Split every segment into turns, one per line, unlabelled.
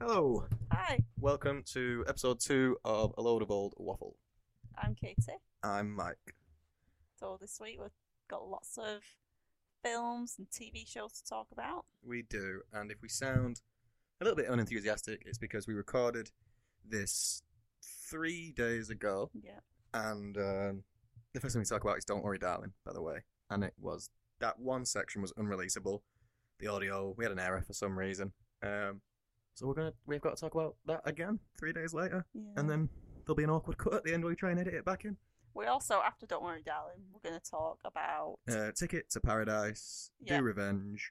Hello,
Hi,
welcome to episode two of A Load of Old Waffle.
I'm Katie.
I'm Mike.
So this week we've got lots of films and TV shows to talk about.
We do, and if we sound a little bit unenthusiastic, it's because we recorded this three days ago,
Yeah.
and um, the first thing we talk about is Don't Worry Darling, by the way. And it was that one section was unreleasable. The audio, we had an error for some reason. Um, so we're gonna we've got to talk about that again three days later,
yeah.
and then there'll be an awkward cut at the end where we try and edit it back in.
we also, after Don't Worry Darling, we're going to talk about.
Uh, Ticket to Paradise,
Yeah.
Do Revenge,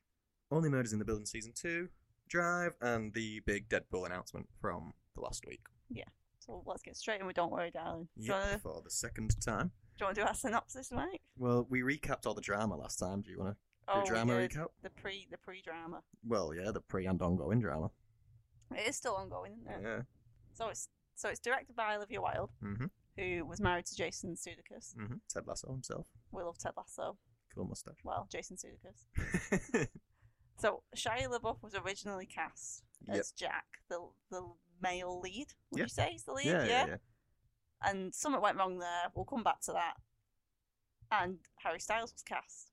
Only Murders in the Building Season 2, Drive, and the big Deadpool announcement from the last week.
so let's get straight in with Don't Worry Darling. Do you
Yep,
wanna-
for the second time.
do you want to do our synopsis, Mike?
Well, we recapped all the drama last time. Do you want to do
we
drama
did
recap?
the pre the pre drama.
Well, yeah, the pre and ongoing drama.
It is still ongoing, isn't
Yeah.
it? So it's so it's directed by Olivia Wilde,
Mhm.
who was married to Jason Sudeikis.
hmm Ted Lasso himself.
We love Ted Lasso.
Cool mustache.
Well, Jason Sudeikis. So Shia LaBeouf was originally cast
Yep.
as Jack, the the male lead. Would
Yeah.
you say he's the lead?
yeah, yeah, yeah.
And something went wrong there. We'll come back to that. And Harry Styles was cast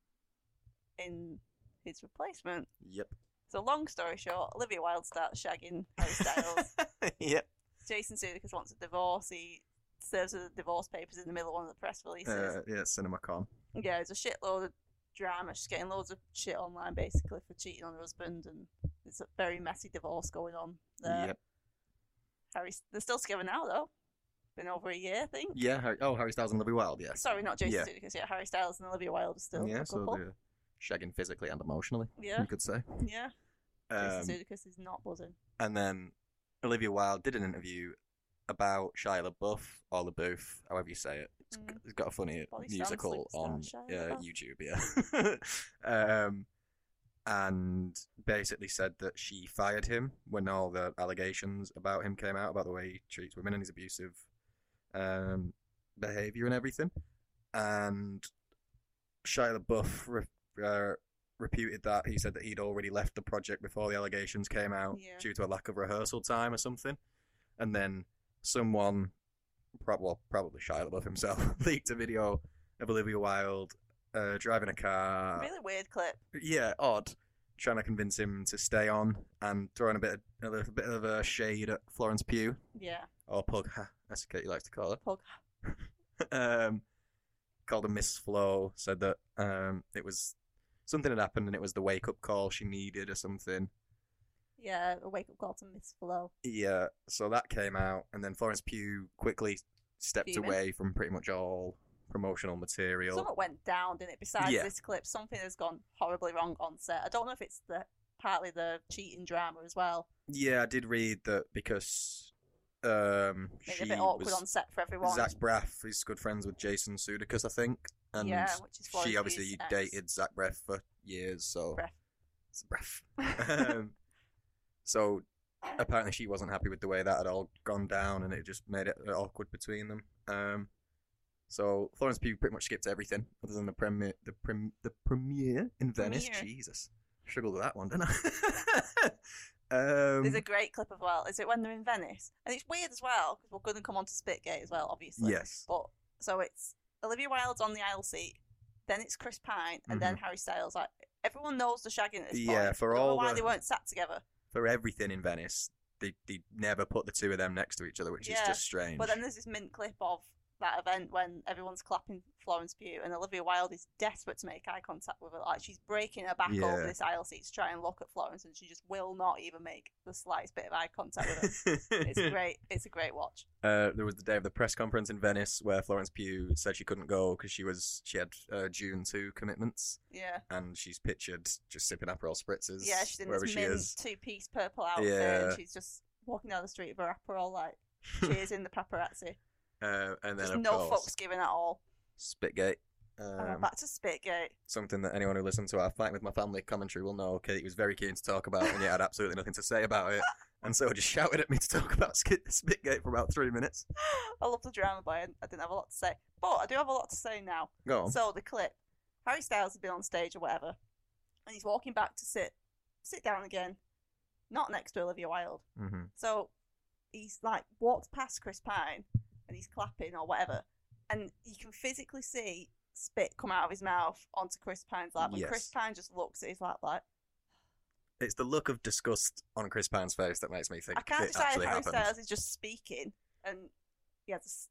in his replacement.
Yep.
So long story short, Olivia Wilde starts shagging Harry Styles.
yep.
Jason Sudeikis wants a divorce. He serves her the divorce papers in the middle of one of the press releases.
Uh, yeah, CinemaCon.
yeah, it's a shitload of drama. She's getting loads of shit online basically for cheating on her husband, and it's a very messy divorce going on there.
Yep.
Harry's they're still together now though. Been over a year, I think.
Yeah, Harry, oh, Harry Styles and Olivia Wilde, yeah.
Sorry, not Jason
Yeah.
Sudeikis. Yeah, Harry Styles and Olivia Wilde are still
yeah,
a
so
couple.
they're shagging physically and emotionally,
Yeah,
you could say.
yeah.
Um,
Jason Sudeikis is not buzzing.
And then Olivia Wilde did an interview about Shia LaBeouf or LaBeouf, however you say it. It's,
Mm.
it's got a funny
Body sounds
musical
like Star
on
Shia
uh,
LaBeouf.
YouTube, yeah. um, and basically said that she fired him when all the allegations about him came out about the way he treats women and his abusive um, behavior and everything. And Shia LaBeouf re- uh, reputed that he said that he'd already left the project before the allegations came out
Yeah.
due to a lack of rehearsal time or something. And then someone, prob- well, probably Shia LaBeouf himself, leaked a video of Olivia Wilde uh, driving a car.
really weird clip.
Yeah, odd. Trying to convince him to stay on and throwing a bit, of, a little bit of a shade at Florence Pugh
Yeah,
or Pug, ha, as Katie likes to call her
Pug.
um, called a Miss Flow, said that um, it was something had happened and it was the wake up call she needed or something.
Yeah, a wake up call to Miss Flo.
Yeah, so that came out, and then Florence Pugh quickly stepped
Fuming.
away from pretty much all promotional material.
Something went down, didn't it? Besides
Yeah.
this clip, something has gone horribly wrong on set. I don't know if it's the partly the cheating drama as well.
Yeah, I did read that because um,
Made
she
it a bit awkward
was
on set for everyone.
Zach Braff is good friends with Jason Sudeikis, I think, and
yeah, which is Florence
she
Pugh's
obviously
ex.
dated Zach Braff for years, so
Braff.
It's Braff. um, so apparently she wasn't happy with the way that had all gone down, and it just made it awkward between them. Um, so Florence Pugh pretty much skipped everything other than the premiere, the prem, the premiere in Venice.
Premiere.
Jesus, struggled with that one, didn't I? um,
There's a great clip as well. Is it when they're in Venice? And it's weird as well because we're going to come on to Spitgate as well, obviously.
yes,
But so it's Olivia Wilde's on the aisle seat, then it's Chris Pine, and then Harry Styles. Like everyone knows the shagging at this
Mm-hmm. Yeah,
point.
for
Don't know
all
why
the-
they weren't sat together.
for everything in Venice, they they never put the two of them next to each other, which
Yeah,
is just strange.
But then there's this mint clip of that event when everyone's clapping Florence Pugh and Olivia Wilde is desperate to make eye contact with her. Like she's breaking her back
Yeah.
over this aisle seat to try and look at Florence and she just will not even make the slightest bit of eye contact with her. it's great. It's a great watch.
Uh, there was the day of the press conference in Venice where Florence Pugh said she couldn't go because she was she had uh, June two commitments,
Yeah.
and she's pictured just sipping Aperol spritzers.
Yeah, she's in
wherever
this
she
mint
is.
two piece purple outfit
Yeah.
and she's just walking down the street with her Aperol like cheers in the paparazzi.
Uh, and
Just
then
no
of course,
fucks Oh, given at all.
Spitgate.
And we're
Um,
back to Spitgate.
something that anyone who listened to our fight with my family commentary will know Katie was very keen to talk about, and yet had absolutely nothing to say about it, and so just shouted at me to talk about Skit- Spitgate for about three minutes.
I love the drama, but I I didn't have a lot to say. But I do have a lot to say now.
Go on.
So the clip, Harry Styles has been on stage or whatever, and he's walking back to sit sit down again. not next to Olivia Wilde.
Mm-hmm.
So he's like walks past Chris Pine and he's clapping or whatever, and you can physically see spit come out of his mouth onto Chris Pine's lap, and Chris
Yes.
Pine just looks at his lap like
It's the look of disgust on Chris Pine's face that makes me think
I can't
it
decide if
actually
Harry
happened.
Styles is just speaking and he has a, s-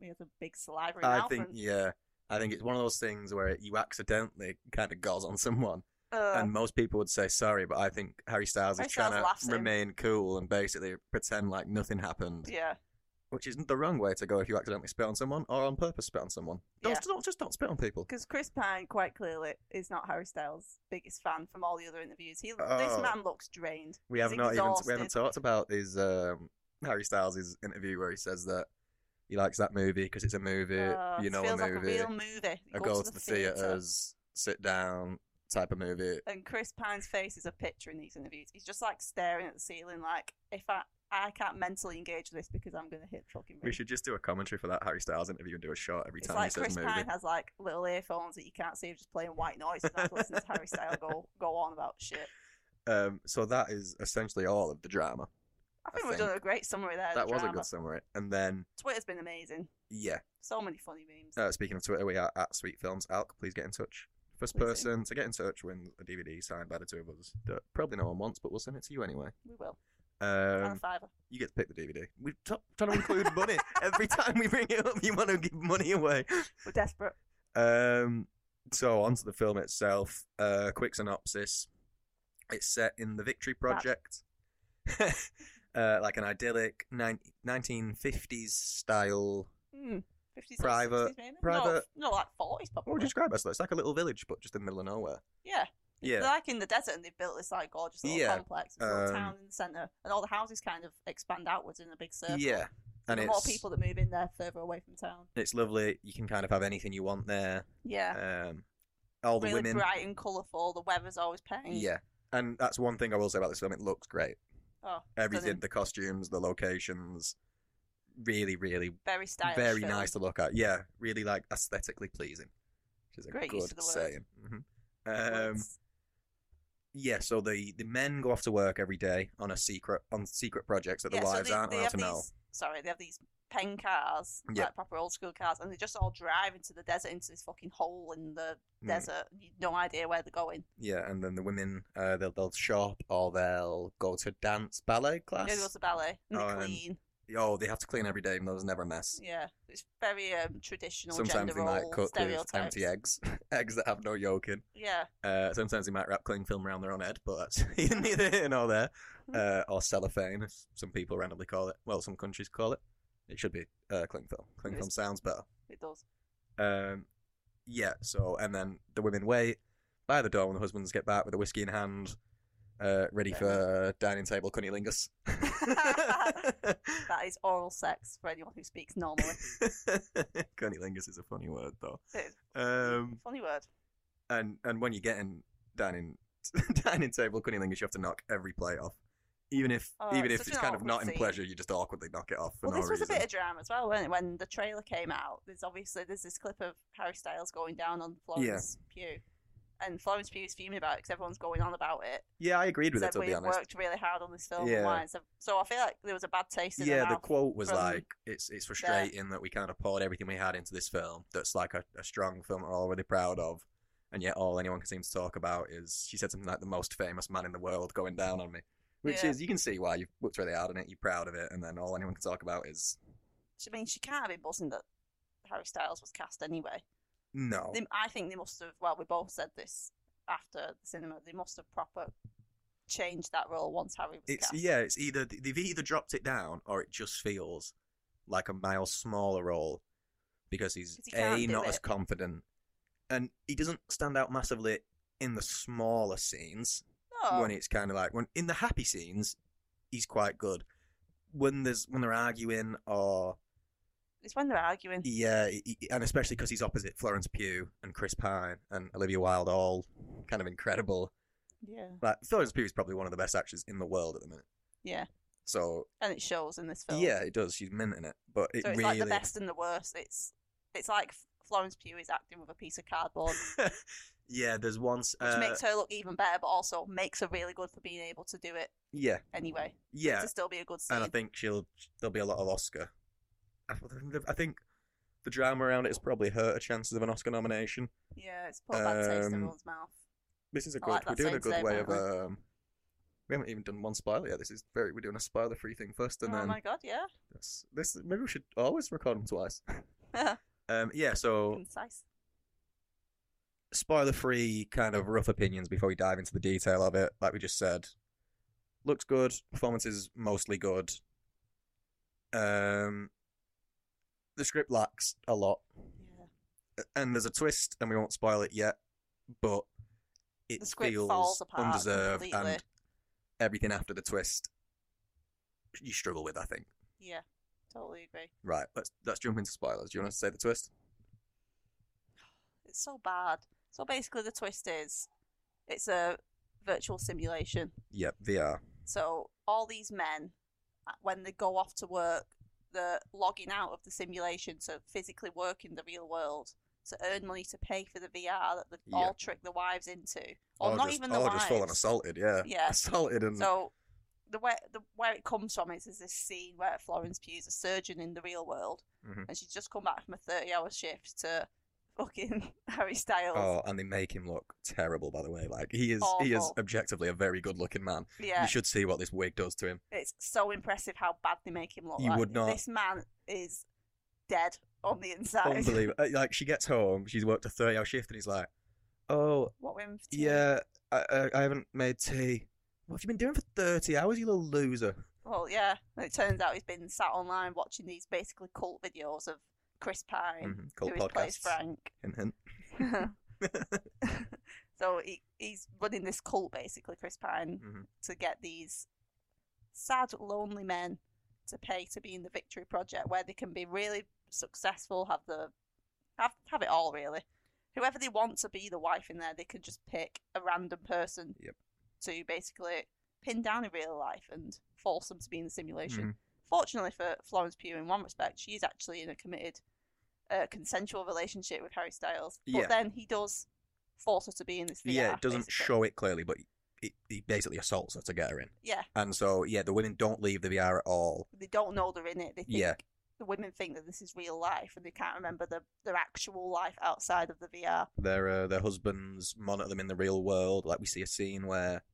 he has a big salivary
I
mouth.
think,
and,
yeah, I think it's one of those things where you accidentally kind of goes on someone,
uh,
and most people would say sorry, but I think Harry Styles
Harry
is trying
Styles laughs at
to
him.
remain cool and basically pretend like nothing happened,
yeah,
which isn't the wrong way to go if you accidentally spit on someone or on purpose spit on someone. Don't,
Yeah.
don't just don't spit on people.
because Chris Pine quite clearly is not Harry Styles' biggest fan from all the other interviews. He this
Oh.
man looks drained.
We
He's
have not even we
exhausted.
haven't talked about his um, Harry Styles' interview where he says that he likes that movie because it's a movie,
Uh,
you know,
feels
a
like a
movie.
real movie. You
I go, to the,
theatre.
theaters, sit down type of movie.
and Chris Pine's face is a picture in these interviews. He's just like staring at the ceiling, like if I I can't mentally engage with this because I'm going to hit fucking.
We
roof.
should just do a commentary for that Harry Styles interview and do a shot every
It's
time
like
he says
Chris
movie.
Pine has like little earphones that you can't see, he's just playing white noise, and I listen to Harry Styles go go on about shit.
Um, so that is essentially all of the drama.
I
I
think we've done a great summary there. of
that
the
was a
drama.
good summary. And then,
Twitter's been amazing.
yeah,
So many funny memes.
uh, speaking of Twitter, we are at Sweet Films Alc. Please get in touch. First
Please do.
person to get in touch wins a DVD signed by the two of us. That probably no one wants, but we'll send it to you anyway.
we will. and a
Um,
fiver.
you get to pick the DVD. We're t- trying to include money every time we bring it up. You want to give money away.
We're desperate.
Um, so onto the film itself. Uh, quick synopsis. It's set in the Victory Project, uh, like an idyllic nine- 1950s style.
Hmm. 50s
Private-
Or 60s maybe?
private-
No, no, like 40s
What
probably.
would you describe it as? though? It's like a little village, but just in the middle of nowhere.
Yeah.
Yeah.
They're like in the desert and they've built this like gorgeous little
Yeah,
complex, this little
um,
town in the centre, and all the houses kind of expand outwards in a big circle.
yeah. And
And the
it's,
more people that move in there further away from town.
it's lovely. You can kind of have anything you want there.
Yeah.
Um, all the
really
women.
bright and colourful. The weather's always paying.
Yeah. And that's one thing I will say about this film. It looks great.
Oh,
Everything,
stunning.
the costumes, the locations, really, really
Very stylish.
very
film.
nice to look at. Yeah, really like aesthetically pleasing, which is a
Great
good
use of the word.
saying. Mhm. Um,
Words.
yeah, so the the men go off to work every day on a secret on secret projects that the
so
wives
they-
aren't
they
allowed
have
to know.
these- Sorry, they have these pen cars,
Yeah.
like proper old school cars, and they just all drive into the desert, into this fucking hole in the
Mm.
desert. You no idea where they're going.
Yeah, and then the women uh, they'll they'll shop or they'll go to dance ballet class.
They go to ballet and they
Oh, um,
clean.
oh, they have to clean every day, and there's never a mess.
Yeah, it's very um, traditional
Sometimes
gender
they might
role
cook with
stereotypes.
empty eggs, eggs that have no yolk in.
Yeah,
Uh, sometimes they might wrap cling film around their own head, but that's neither here nor there.
Hmm.
Uh, or cellophane, as some people randomly call it. Well, some countries call it. It should be uh, cling film. Cling
It
film
is.
sounds better.
it does.
Um, yeah, so, and then the women wait by the door when the husbands get back with a whiskey in hand, uh, ready
Fair
for uh, dining table cunnilingus.
That is oral sex for anyone who speaks normally.
cunnilingus is a funny word, though.
It is.
Um,
Funny word.
and and when you're getting dining dining table cunnilingus, you have to knock every plate off, even if
Oh,
even
it's
if
such
it's
an
kind of
awkward
not in
scene.
pleasure, you just awkwardly knock it off for
Well,
no
this was
reason.
a bit of drama as well, wasn't it? When the trailer came out, there's obviously there's this clip of Harry Styles going down on Florence Pugh, and Florence Pugh is fuming about it because everyone's going on about it.
Yeah, I agreed with
Said
it to
we
be honest.
worked really hard on this film.
Yeah.
And why? and So, so I feel like there was a bad taste in
Yeah,
her
the
mouth.
quote was
from
like, "It's it's frustrating that we kind of poured everything we had into this film. That's like a, a strong film we're all really proud of, and yet all anyone can seem to talk about is she said something like the most famous man in the world going down on me, which
Yeah.
is you can see why you've worked really hard on it, you're proud of it, and then all anyone can talk about is
I mean, she can't have been buzzing that Harry Styles was cast anyway.
no,
They, I think they must have. Well, we both said this after the cinema. They must have proper changed that role once Harry was
It's
cast.
yeah, it's either they've either dropped it down or it just feels like a mile smaller role because he's
'Cause he
a
can't do
not as
it.
confident and he doesn't stand out massively in the smaller scenes
No.
when it's kind of like when in the happy scenes he's quite good when there's when they're arguing or
it's when they're arguing.
yeah he- he- and especially because he's opposite Florence Pugh and Chris Pine and Olivia Wilde all kind of incredible
Yeah,
like Florence Pugh is probably one of the best actors in the world at the minute
Yeah.
so
and it shows in this film.
yeah, it does. She's minting it, but it
so it's
really.
like the best and the worst. It's it's like Florence Pugh is acting with a piece of cardboard.
Yeah, there's once.
which
uh,
makes her look even better, but also makes her really good for being able to do it
yeah,
anyway.
yeah,
To still be a good scene.
and I think she'll there'll be a lot of Oscar. I th- I think the drama around it has probably hurt her chances of an Oscar nomination.
yeah, it's put a bad taste in
Um,
everyone's mouth.
This is a
I
good.
like
we're
that
doing a
saying
good
today,
way
by
of.
the
Um, we haven't even done one spoiler yet. This is very. We're doing a spoiler-free thing first, and
oh
then
my god, yeah.
this, this. Maybe we should always record them twice. um, yeah. So
Concise.
spoiler free kind of rough opinions before we dive into the detail of it. Like we just said, looks good. Performance is mostly good. Um, the script lacks a lot,
Yeah.
and there's a twist, and we won't spoil it yet, but it
The script
feels
falls apart
undeserved,
completely.
and everything after the twist, you struggle with. I think.
Yeah. Totally agree.
Right. Let's let's jump into spoilers. Do you want to say the twist?
It's so bad. So basically, the twist is it's a virtual simulation.
Yep. VR.
So all these men, uh, when they go off to work, they're logging out of the simulation to physically work in the real world to earn money to pay for the VR that they've
Yeah.
all tricked their wives into, or, not
just,
even the
or
wives.
just full and assaulted. Yeah.
Yeah.
Assaulted and
So the where the where it comes from is, is this scene where Florence Pugh's a surgeon in the real world,
Mhm.
and she's just come back from a thirty-hour shift to fucking Harry Styles.
Oh, and they make him look terrible. By the way, like he is, he is
Awful.
objectively a very good-looking man.
yeah,
You should see what this wig does to him.
it's so impressive how bad they make him look.
You
like,
would not-
This man is dead on the inside.
Unbelievable. Uh, like she gets home, she's worked a thirty-hour shift, and he's like, "Oh,
what women? for tea?
yeah, I, I, I haven't made tea. What have you been doing for thirty hours, you little loser?"
Well, yeah. And it turns out he's been sat online watching these basically cult videos of Chris Pine,
Mhm,
who
Cult
is plays
podcast.
Frank.
Hint, hint.
so he he's running this cult basically, Chris Pine,
Mhm.
to get these sad, lonely men to pay to be in the Victory Project, where they can be really successful, have the have have it all really. Whoever they want to be the wife in there, they can just pick a random person
Yep.
to basically pin down in real life and force them to be in the simulation.
Mhm.
Fortunately for Florence Pugh, in one respect, she is actually in a committed, uh, consensual relationship with Harry Styles. But
Yeah.
then he does force her to be in this.
yeah,
VR,
it doesn't
basically.
show it clearly, but it, he basically assaults her to get her in.
Yeah,
And so, yeah, the women don't leave the VR at all.
they don't know they're in it. They think
Yeah.
the women think that this is real life, and they can't remember the, their actual life outside of the VR.
their uh, their husbands monitor them in the real world. Like we see a scene where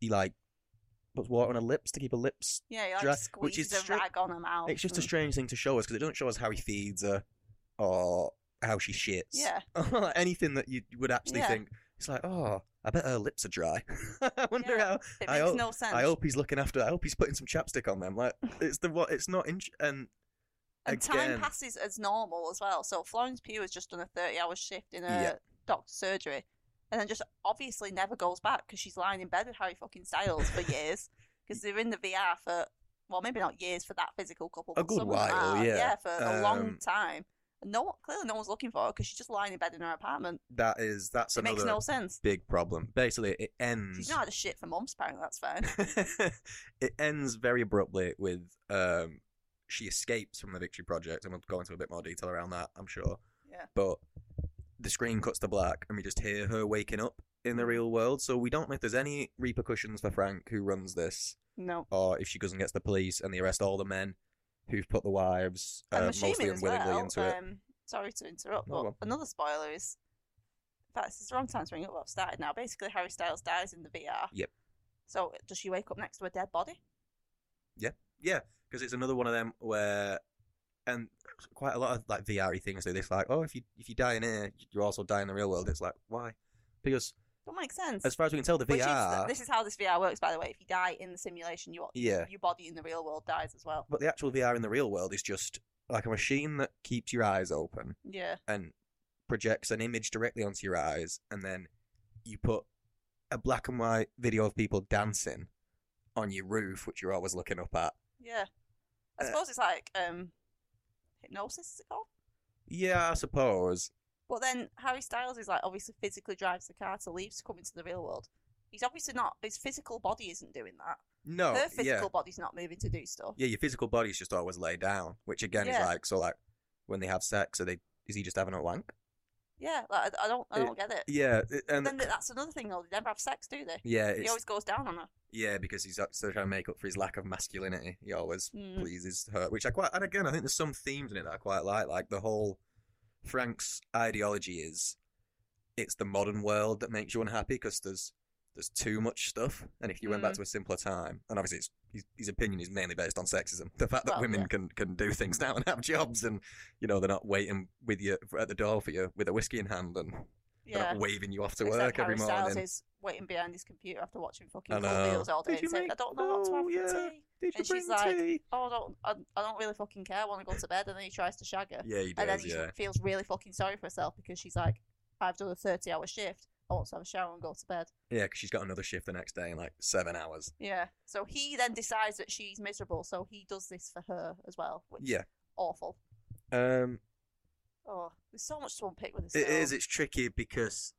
he like puts water on her lips to keep her lips.
Yeah, he, like
Dra- which is
squeezes a
stra-
rag on them out.
It's just a
and-
strange thing to show us because it doesn't show us how he feeds her or how she shits.
yeah,
anything that you would actually
Yeah.
think. It's like, oh, I bet her lips are dry. I wonder
Yeah.
how.
it
I
makes
hope-
no sense.
I hope he's looking after. I hope he's putting some chapstick on them. Like it's the what? It's not. In- and
And
Again.
time passes as normal as well. So Florence Pugh has just done a 30 hour shift in a
Yeah.
doctor's surgery and then just obviously never goes back because she's lying in bed with Harry fucking Styles for years because they're in the VR for, well, maybe not years for that physical couple.
A
but
good
some of them
while,
are.
yeah.
for a long
Um,
time. And no, one- clearly no one's looking for her because she's just lying in bed in her apartment.
that is that's
it makes
another Mm.
no sense.
big problem. Basically, it ends.
She's not had a shit for months, apparently. That's fine.
it ends very abruptly with um, she escapes from the Victory Project, and we'll go into a bit more detail around that, I'm sure.
Yeah.
But the screen cuts to black, and we just hear her waking up in the
Mm.
real world. So we don't know if there's any repercussions for Frank, who runs this,
No.
or if she goes and gets the police and they arrest all the men who've put the wives
I'm
uh, mostly
assuming as
unwillingly
well.
into it.
Um, sorry to interrupt,
No,
but
go on.
another spoiler is. In fact, it's the wrong time to bring up what I've started now. Basically, Harry Styles dies in the VR.
Yep.
So does she wake up next to a dead body?
because it's another one of them where, and quite a lot of like VR things do this, like, oh, if you if you die in here, you also die in the real world. It's like why? Because
Don't make sense.
as far as we can tell, the
Which is-
VR,
this is how this VR works, by the way. If you die in the simulation, your
yeah,
your body in the real world dies as well.
but the actual VR in the real world is just like a machine that keeps your eyes open
Yeah.
and projects an image directly onto your eyes, and then you put a black and white video of people dancing on your roof, which you're always looking up at.
Yeah. I
Uh,
suppose it's like um, hypnosis. Is it called?
Yeah, I suppose.
But then Harry Styles is like obviously physically drives the car to leave to come into the real world. He's obviously not. His physical body isn't doing that.
No,
Her
Oh, yeah.
physical body's not moving to do stuff.
Yeah, your physical body's just always laid down, which again is
Yeah.
like so like when they have sex, are they is he just having a wank?
Yeah, like, I, I don't, I
It-
don't get it.
Yeah, it- and
then th- that's another thing though. They never have sex, do they?
yeah,
He
it's,
always goes down on her.
yeah, because he's still trying to make up for his lack of masculinity. He always
Mm.
pleases her, which I quite. And again, I think there's some themes in it that I quite like. Like the whole Frank's ideology is it's the modern world that makes you unhappy because there's there's too much stuff. And if you went back
Mm.
to a simpler time, and obviously it's, his, his opinion is mainly based on sexism, the fact that
Well,
women
yeah.
can can do things now and have jobs, and you know they're not waiting with you at the door for you with a whiskey in hand, and they're
Yeah.
not waving you off to
It's
work
like Harry
every
Styles
morning.
is waiting behind his computer after watching
I
fucking
know.
Cool Deals all
Did
day
you
and saying,
make-
I don't know what to
Oh,
have for
yeah.
tea.
Did
and she's like, Oh, I don't, I, I don't really fucking care. I want to go to bed. And then he tries to shag her.
Yeah, he
and then
does.
he
Yeah,
feels really fucking sorry for herself because she's like, I've done a 30 hour shift. I want to have a shower and go to bed.
yeah, because she's got another shift the next day in like seven hours.
Yeah. So he then decides that she's miserable. So he does this for her as well, which is
Yeah,
awful.
um,
Oh, there's so much to unpick with this.
it
film.
is. It's tricky because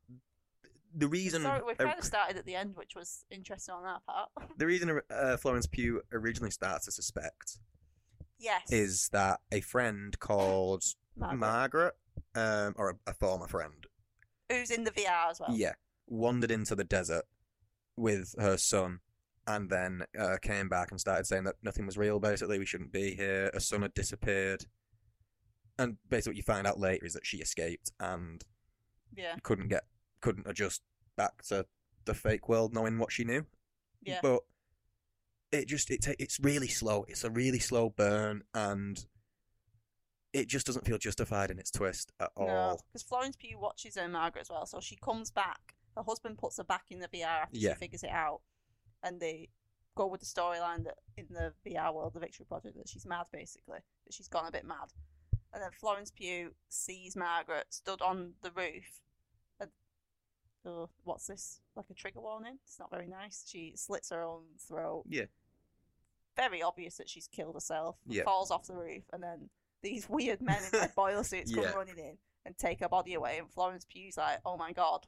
the reason
Sorry, we
a-
kind of started at the end, which was interesting on that part.
the reason uh, Florence Pugh originally starts to suspect
yes.
is that a friend called
Margaret,
Margaret, um, or a, a former friend,
who's in the VR as well.
yeah, wandered into the desert with her son. And then uh, came back and started saying that nothing was real. Basically, we shouldn't be here. Her son had disappeared, and basically, what you find out later is that she escaped and
Yeah.
couldn't get couldn't adjust back to the fake world knowing what she knew
Yeah.
but it just it ta- it's really slow it's a really slow burn and it just doesn't feel justified in its twist at all
because Florence Pugh watches her and Margaret as well. So she comes back. Her husband puts her back in the VR after
Yeah.
she figures it out, and they go with the storyline that in the VR world, the Victory Project, that she's mad basically, that she's gone a bit mad. And then Florence Pugh sees Margaret stood on the roof. And, oh, what's this? Like a trigger warning? It's not very nice. She slits her own throat.
Yeah.
Very obvious that she's killed herself.
Yeah.
Falls off the roof, and then these weird men in their boiler suits
Yeah.
come running in and take her body away. And Florence Pugh's like, "Oh my god,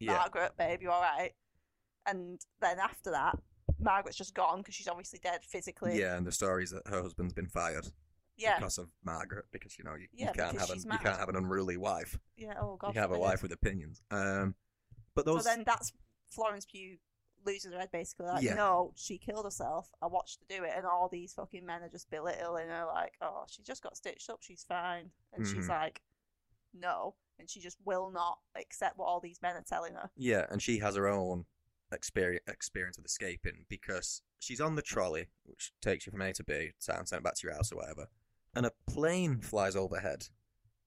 yeah
Margaret, babe, you all right?" And then after that, Margaret's just gone because she's obviously dead physically.
yeah and the story is that her husband's been fired
yeah,
because of margaret because you know you,
Yeah,
you can't
because
have an
she's
you
mad.
can't have an unruly wife
yeah, Oh god,
you can have a
forbid.
wife with opinions um but those
So then that's Florence Pugh losing her head basically. Like,
Yeah.
no, she killed herself. I watched her do it, and all these fucking men are just belittling her. Like, oh, she just got stitched up. She's fine, and she's
Mhm.
like, no, and she just will not accept what all these men are telling her.
Yeah, and she has her own experience experience with escaping because she's on the trolley, which takes you from A to B, town sent back to your house or whatever, and a plane flies overhead,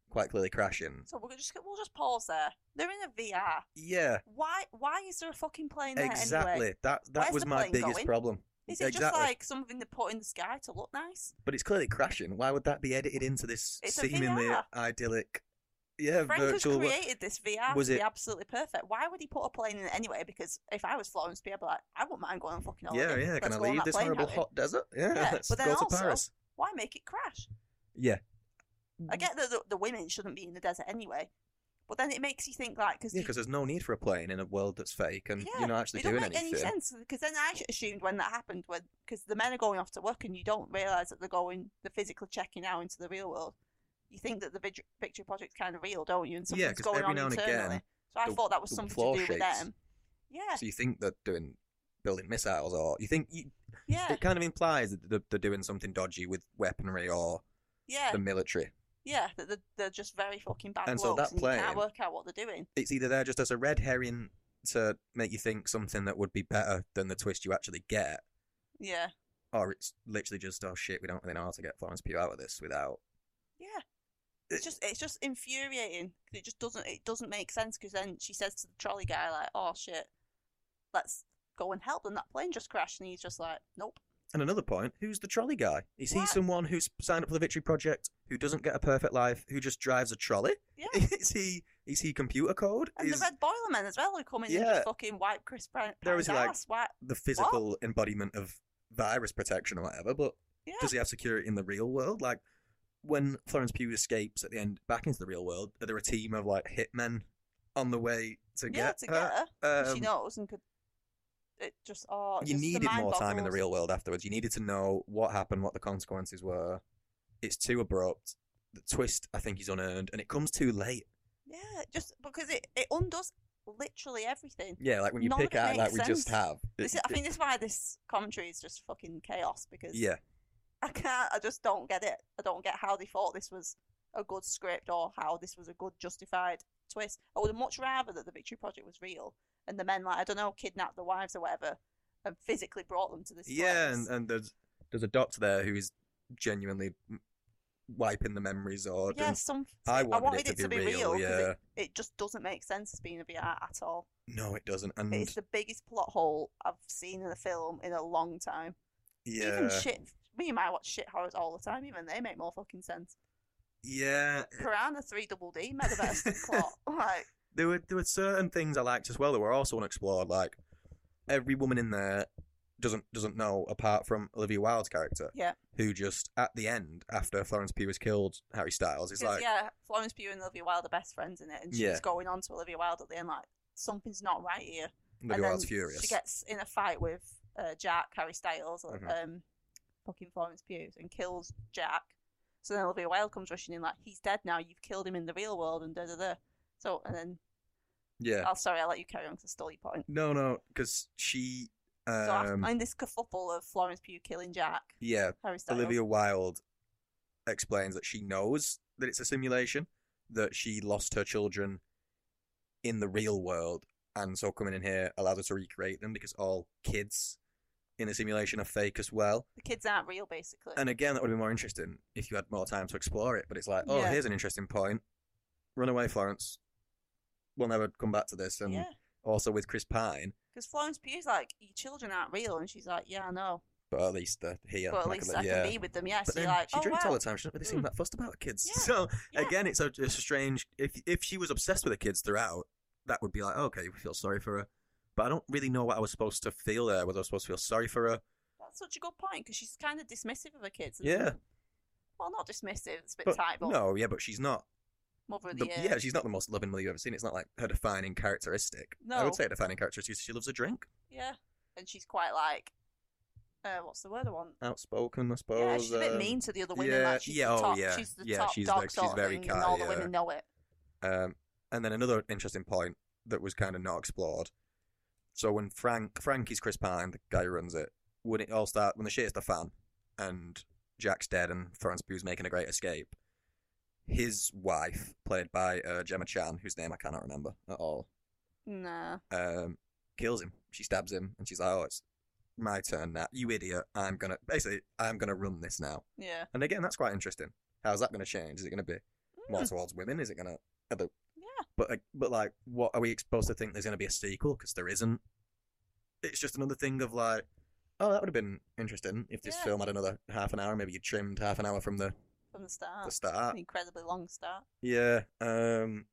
quite clearly crashing.
So we're just we'll just pause there. They're in a VR.
Yeah,
Why why is there a fucking plane there
exactly.
anyway?
That that
Where's
was
the
my
plane
biggest
going?
problem.
Is it
exactly.
just like something they put in the sky to look nice?
But it's clearly crashing. Why would that be edited into this
It's a
seemingly
VR.
idyllic, yeah,
Frank has
virtual? wo-
created this VR
Was
to
it-
be absolutely perfect. Why would he put a plane in it anyway? Because if I was Florence Pugh, I'd be like, I wouldn't mind going on fucking
yeah,
holiday.
yeah. Can
Let's
I
go on
leave
that
this
plane
horrible
holiday.
hot desert? Yeah,
Yeah,
let's
but then
go to
also-
Paris.
Why make it crash?
Yeah,
I get that the, the women shouldn't be in the desert anyway, but then it makes you think like because
yeah, because there's no need for a plane in a world that's fake and
Yeah,
you're not actually
it don't
doing
make
anything.
any sense because then I assumed when that happened, when because the men are going off to work and you don't realize that they're going, they're physically checking out into the real world. You think that the vic- picture project's kind of real, don't you? And
Yeah,
something's
'cause
going
every
on
now and again,
internally. so I
the-
thought that was
the
something
floor
to do with
shakes.
them. Yeah,
So you think they're doing building missiles, or you think you,
yeah,
it kind of implies that they're, they're doing something dodgy with weaponry or
yeah,
the military.
yeah. That they're, they're just very fucking bad
And so
blokes
that
and you
plane-
can't work out what they're doing.
It's either there just as a red herring to make you think something that would be better than the twist you actually get,
Yeah,
or it's literally just oh shit, we don't really know how to get Florence Pugh out of this without.
yeah. It's just it's just infuriating. 'cause It just doesn't it doesn't make sense because then she says to the trolley guy like, "Oh shit, let's go and help them." That plane just crashed, and he's just like, "Nope."
And another point, who's the trolley guy? Is he
What?
someone who's signed up for the Victory Project, who doesn't get a perfect life, who just drives a trolley?
Yeah.
is he is he computer code?
And
is
the red boiler men as well who come in and
Yeah.
just fucking wipe Chris Brown.
They're
Brown's
always like-
ass. Why?
the physical embodiment of virus protection or whatever, but
Yeah.
does he have security in the real world? Like when Florence Pugh escapes at the end back into the real world, are there a team of like hitmen on the way to
yeah,
get
to get her.
her?
'cause she
Um,
knows and could. It just oh. it's
you
just the
needed
mind
more time in the
boggles.
real world afterwards. You needed to know what happened, what the consequences were. It's too abrupt. The twist, I think, is unearned, and it comes too late.
Yeah, just because it, it undoes literally everything.
Yeah, like when you
None of
pick
it
out like
makes
we just
sense.
have. it-
This is, I
it-
think this is why this commentary is just fucking chaos because
yeah,
I can't. I just don't get it. I don't get how they thought this was a good script or how this was a good justified twist. I would have much rather that the Victory Project was real and the men, like I don't know, kidnapped the wives or whatever, and physically brought them to this.
yeah,
place.
and, and there's there's a doctor there who is genuinely wiping the memories or doing
yeah, some.
I wanted,
wanted
it, to be, real.
'cause
yeah.
It just doesn't make sense as being a VR at all.
No, it doesn't. And
It's the biggest plot hole I've seen in a film in a long time.
yeah,
Even shit. Me and my watch shit horrors all the time. Even they make more fucking sense.
yeah.
Piranha Three Double D made a better s- plot. Like,
There were there were certain things I liked as well that were also unexplored. Like every woman in there doesn't doesn't know apart from Olivia Wilde's character.
Yeah.
Who just at the end after Florence Pugh has killed Harry Styles is
'cause,
like
yeah, Florence Pugh and Olivia Wilde are best friends in it, and she's
Yeah.
going on to Olivia Wilde at the end like something's not right here.
Olivia
and then
Wilde's furious.
She gets in a fight with uh, Jack, Harry Styles, or
Mhm.
um, fucking Florence Pugh, and kills Jack. So then Olivia Wilde comes rushing in like, "He's dead now. You've killed him in the real world," and da da da. So and then,
yeah.
oh sorry, I'll let you carry on because I stole your point.
No, no, because she.
So
Um,
I'm in this kerfuffle of Florence Pugh killing Jack,
yeah,
Harry Styles.
Olivia Wilde explains that she knows that it's a simulation, that she lost her children in the real world, and so coming in here allows her to recreate them because all kids in the simulation are fake as well.
The kids aren't real, basically.
And again, that would be more interesting if you had more time to explore it, but it's like, oh,
Yeah.
here's an interesting point. Run away, Florence. We'll never come back to this. And
yeah,
also with Chris Pine,
because Florence Pugh's like, "Your children aren't real," and she's like, "Yeah, I know,
but at least they're here.
but at
like,
least
yeah.
I can be with them." Yeah,
But
so
then
you're like,
she
"Oh
drinks
wow,
all the time. She doesn't really seem
Mm.
that fussed about her kids.
Yeah.
So
Yeah.
again, it's a, it's a strange. If if she was obsessed with her kids throughout, that would be like "Oh, okay, we feel sorry for her. But I don't really know what I was supposed to feel there. Was I supposed to feel sorry for her?
that's such a good point," because she's kind of dismissive of her kids. and-
Yeah,
Well, not dismissive. It's a bit
but
tight, but
no, yeah, but she's not.
mother of the,
The,
year.
yeah, she's not the most loving mother you've ever seen. It's not like her defining characteristic. I
No.
would say her defining characteristic is she loves a drink,
Yeah. And she's quite like, uh, what's the word I want?
outspoken, I suppose.
Yeah, she's a bit
um,
mean to the other women.
yeah,
like, she's
yeah,
the
oh,
top,
yeah.
She's the
Yeah,
top
she's
dog
like- she's
sort of
very
thing, and all
catty,
the women know it.
Um, and then another interesting point that was kind of not explored. So when Frank Frank is Chris Pine, the guy who runs it, when it all start when the shit hits the fan, and Jack's dead and Florence Pugh's making a great escape, his wife, played by uh, Gemma Chan, whose name I cannot remember at all,
Nah.
um, kills him. She stabs him, and she's like, "Oh, it's my turn now, you idiot! I'm gonna basically I'm gonna run this now."
Yeah.
And again, that's quite interesting. How's that going to change? Is it going to be more
Mm.
towards women? Is it going to?
Yeah.
But like- but like, what are we supposed to think? There's going to be a sequel because there isn't. It's just another thing of like, oh, that would have been interesting if this
Yeah.
film had another half an hour. Maybe you trimmed half an hour from the,
From the start.
the start.
An incredibly long start.
Yeah. Um.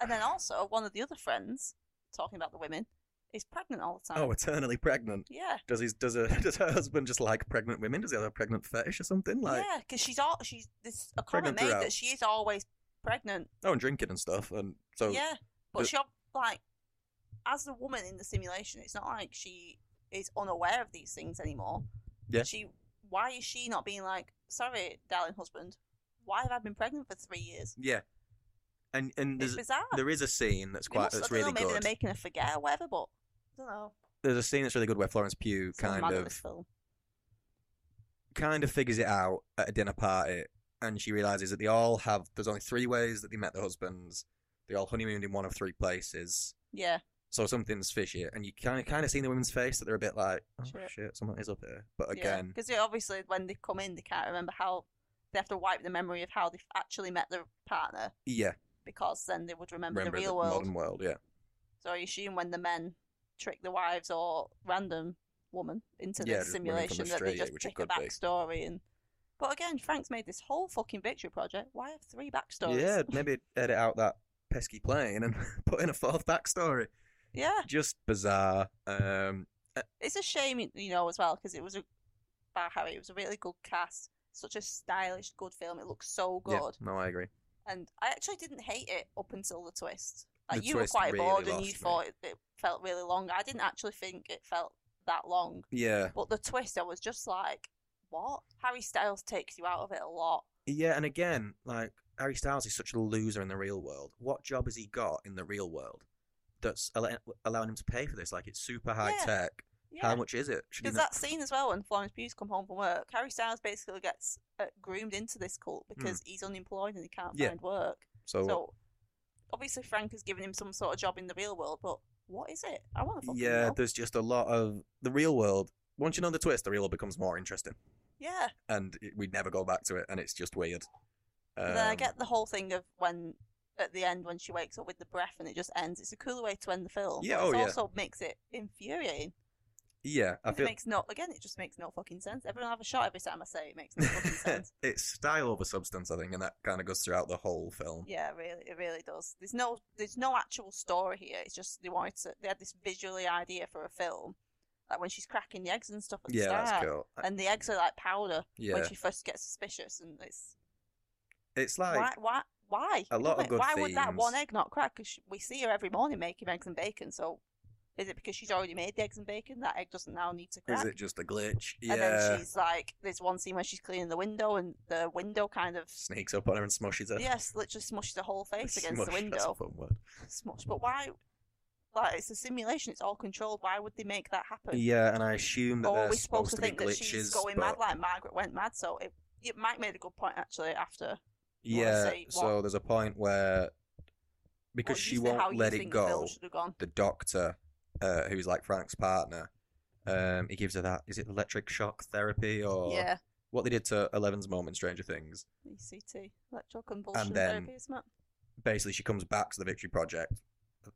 And then also, one of the other friends, talking about the women, is pregnant all the time.
Oh, eternally pregnant.
yeah.
Does his does a does her husband just like pregnant women? Does he have a pregnant fetish or something? Like
yeah, because she's all she's this a comment
Pregnant
made
throughout.
that she is always pregnant.
oh, and drinking and stuff. And so
yeah, but
the-
she like as the woman in the simulation, it's not like she is unaware of these things anymore.
Yeah.
She, why is she not being like, sorry, darling husband, why have I been pregnant for three years?
yeah. And and
It's
there's
bizarre.
there is a scene that's
They
quite
must- I
that's
don't
really
know, maybe
good.
they're making her forget or whatever, but I don't know.
there's a scene that's really good where Florence Pugh
Some
kind
mad at
of
this film.
kind of figures it out at a dinner party, and she realizes that they all have. There's only three ways that they met their husbands. They all honeymooned in one of three places,
Yeah,
so something's fishy. And you kind of kind of see in the women's face that they're a bit like, oh shit,
Shit.
someone is up here. But again,
because obviously when they come in, they can't remember how they have to wipe the memory of how they've actually met their partner
yeah,
because then they would remember,
remember
Um, the real
the
world.
modern world, yeah,
So I assume when the men trick the wives or random woman into
Yeah,
the
just women from
simulation that they
Australia,
just
which it
pick a
could be.
backstory and. But again, Frank's made this whole fucking victory project. Why have three backstories?
yeah. Maybe edit out that pesky plane and put in a fourth backstory.
Yeah.
Just bizarre. Um,
It's a shame, you know, as well because it was a by Harry. It was a really good cast. Such a stylish, good film. It looks so good,
yeah, no, I agree.
and I actually didn't hate it up until the twist. Like
The
you were
twist
quite
really
bored, and you
lost me.
thought it, it felt really long. I didn't actually think it felt that long.
Yeah,
But the twist, I was just like, what? Harry Styles takes you out of it a lot.
Yeah, and again, like Harry Styles is such a loser in the real world. What job has he got in the real world that's al- allowing him to pay for this? Like it's super high
Yeah.
tech. How
Yeah.
much is it? Should he
Because
not-
that scene as well when Florence Pugh's come home from work, Harry Styles basically gets uh, groomed into this cult because he's unemployed and he can't
Hmm. Yeah.
find work.
so,
So obviously Frank has given him some sort of job in the real world, but what is it? I want to fucking
yeah,
know.
there's just a lot of the real world. Once you know the twist, the real world becomes more interesting,
Yeah.
and it, we never go back to it, and it's just weird.
And then I
Um,
get the whole thing of when at the end when she wakes up with the breath and it just ends. It's a cooler way to end the film.
Yeah,
but it
oh, yeah.
also makes it infuriating.
yeah, I
It
feel
makes no again. It just makes no fucking sense. Everyone have a shot every time I say it makes no fucking sense.
it's style over substance, I think, and that kind of goes throughout the whole film.
Yeah, really, it really does. There's no, there's no actual story here. It's just they wanted to. They had this visually idea for a film, like when she's cracking the eggs and stuff at the
Yeah,
start,
that's cool. I-
and the eggs are like powder
Yeah,
when she first gets suspicious, and it's
it's like
why, why, why?
a lot of
Wait,
good
Why would that
themes.
one egg not crack? 'Cause she- we see her every morning making eggs and bacon. So, is it because she's already made the eggs and bacon that egg doesn't now need to crack?
is it just a glitch? Yeah,
And then she's like, there's one scene where she's cleaning the window, and the window kind of
sneaks up on her and smushes her.
yes, literally smushes her whole face against
Smush,
the
That's a
window.
fun word.
Smush. But why? Like it's a simulation. It's all controlled. Why would they make that happen?
Yeah, and I assume that
or are
they're
we supposed to
be
think that she's
glitches.
going
but
mad like Margaret went mad? So it, it Mike made a good point actually. After you wanna
yeah,
say
so there's a point where because
what
she
you thi- how
won't
you
let it
think the film
go,
should have gone.
the doctor, uh, who's like Frank's partner, um, he gives her that is it electric shock therapy or
Yeah,
what they did to Eleven's mom in Stranger Things.
ECT, electroconvulsion
then-
therapy, isn't it?
Basically, she comes back to the Victory Project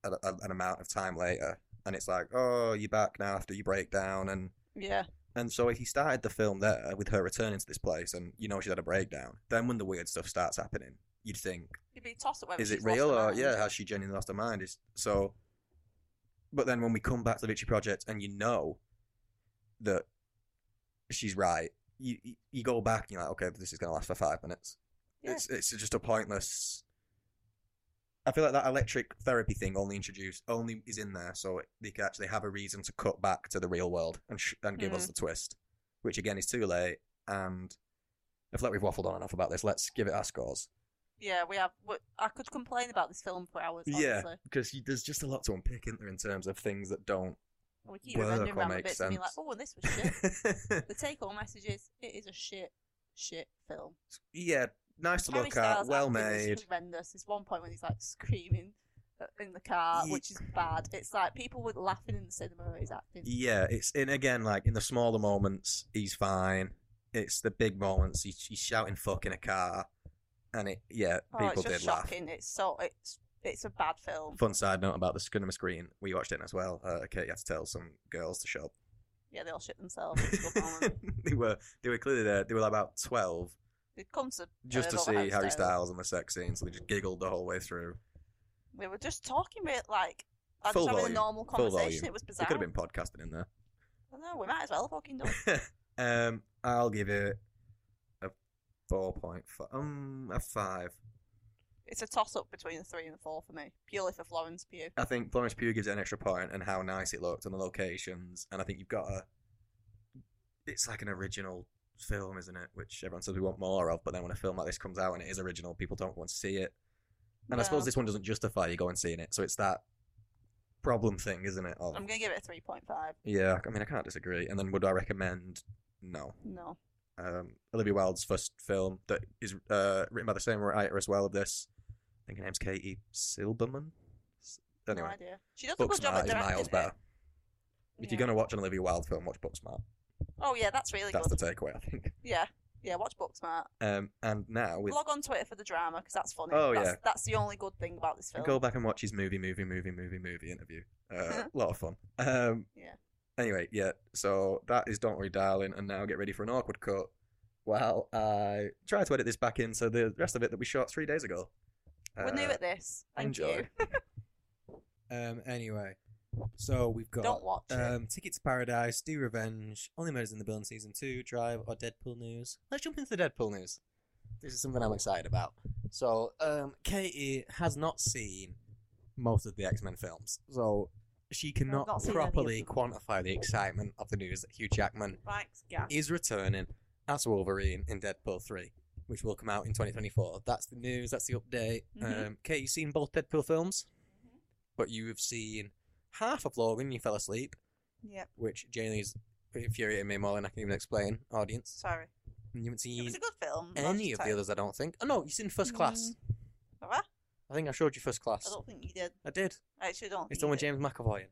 a, a- an amount of time later, and it's like, oh, you're back now after you break down, and
Yeah,
and so if he started the film there with her returning to this place, and you know she's had a breakdown, then when the weird stuff starts happening, you'd think
it'd be a toss up whether
is it
she's lost
real
her
or
mind.
yeah has she genuinely lost her mind is so but then when we come back to the victory project and you know that she's right you you- you go back and you're like okay this is going to last for five minutes
Yeah.
it's it's just a pointless i feel like that electric therapy thing only introduced only is in there so it, they can actually have a reason to cut back to the real world and sh- and give
Hmm.
us the twist which again is too late and i feel like we've waffled on enough about this let's give it our scores
Yeah, we have. we- I could complain about this film for hours. Honestly.
Yeah. because you, there's just a lot to unpick in there in terms of things that don't.
we keep
Work
remembering
will
random
make
bits and being like,
sense.
"Oh, and this was shit." the take-home message is: it is a shit, shit film.
yeah, nice to
Harry
look at,
Styles'
well
acting is
made.
Horrendous. There's one point when he's like screaming uh, in the car,
Ye-
which is bad. It's like people were laughing in the cinema at his acting.
Yeah, it's in again like in the smaller moments he's fine. It's the big moments he's, he's shouting "fuck" in a car, and it yeah
oh,
people
it's
did
just
laugh.
shocking. It's so it's it's a bad film.
Fun side note about the cinema screen, we watched it as well. Uh, Katie had to tell some girls to shut up.
Yeah, they all shit themselves. It's a good moment.
they were they were clearly there. They were about twelve
They'd come to
just to
Turbo
see
House
Harry
Styles.
Styles and the sex scene, so they just giggled the whole way through.
We were just talking about like I
Full
was having
volume.
a normal
Full
conversation.
volume.
It was
They
bizarre.
could have been podcasting in there.
I know we might as well have fucking done.
um, I'll give it a four point five. Um, a five.
It's a toss up between the three and the four for me, purely for Florence Pugh.
I think Florence Pugh gives it an extra point, and how nice it looked, and the locations, and I think you've got a. It's like an original film, isn't it? Which everyone says we want more of, but then when a film like this comes out and it is original, people don't want to see it. And I suppose
No.
this one doesn't justify you going seeing it, so it's that problem thing, isn't it? Of,
I'm gonna give it a three point five.
yeah, I mean, I can't disagree. And then would I recommend? No.
No.
um, Olivia Wilde's first film that is uh, written by the same writer as well of this. I think her name's Katie Silberman. S- Anyway,
No idea. She does a good job
Booksmart
at
is
directing.
miles
it.
better. If
Yeah.
you're going to watch an Olivia Wilde film, watch Booksmart.
Oh yeah, that's really
That's
good.
the takeaway, I think.
Yeah, yeah. Watch Booksmart.
Um, and now we
Log on Twitter for the drama because that's funny.
Oh,
that's,
yeah.
That's the only good thing about this film.
go back and watch his movie, movie, movie, movie, movie interview. A lot of fun. Um,
Yeah.
Anyway, yeah. So that is Don't Worry, Darling, and now get ready for an awkward cut. While I try to edit this back into the rest of it that we shot three days ago.
We're new
Uh,
at this. Thank
enjoy. Um. Anyway, so we've
you.
got
Don't watch it.
Um, Ticket to Paradise, Do Revenge, Only Murders in the Building Season 2, Drive, or Deadpool News.
Let's jump into the Deadpool news.
This is something I'm excited about. So, um, Katie has not seen
Most of the X Men films, so she cannot
not seen any of
properly
them.
quantify the excitement of the news that Hugh Jackman
Thanks, guys.
is returning as Wolverine in Deadpool three. which will come out in 2024. That's the news. That's the update.
Mhm.
Um, Kate, you've seen both Deadpool films,
Mm-hmm.
but you have seen half of Logan. You fell asleep,
Yep.
which Janie's infuriating me more than I can even explain. Audience,
Sorry.
and you haven't
It
seen
was a good film. lots
any of the
time.
others. I don't think. Oh no, you've seen First
Mm.
Class.
Have I?
I think I showed you First
I
Class.
don't think you did.
I, did.
I actually don't.
It's
think
the
oh, you
one with
did.
James McAvoy.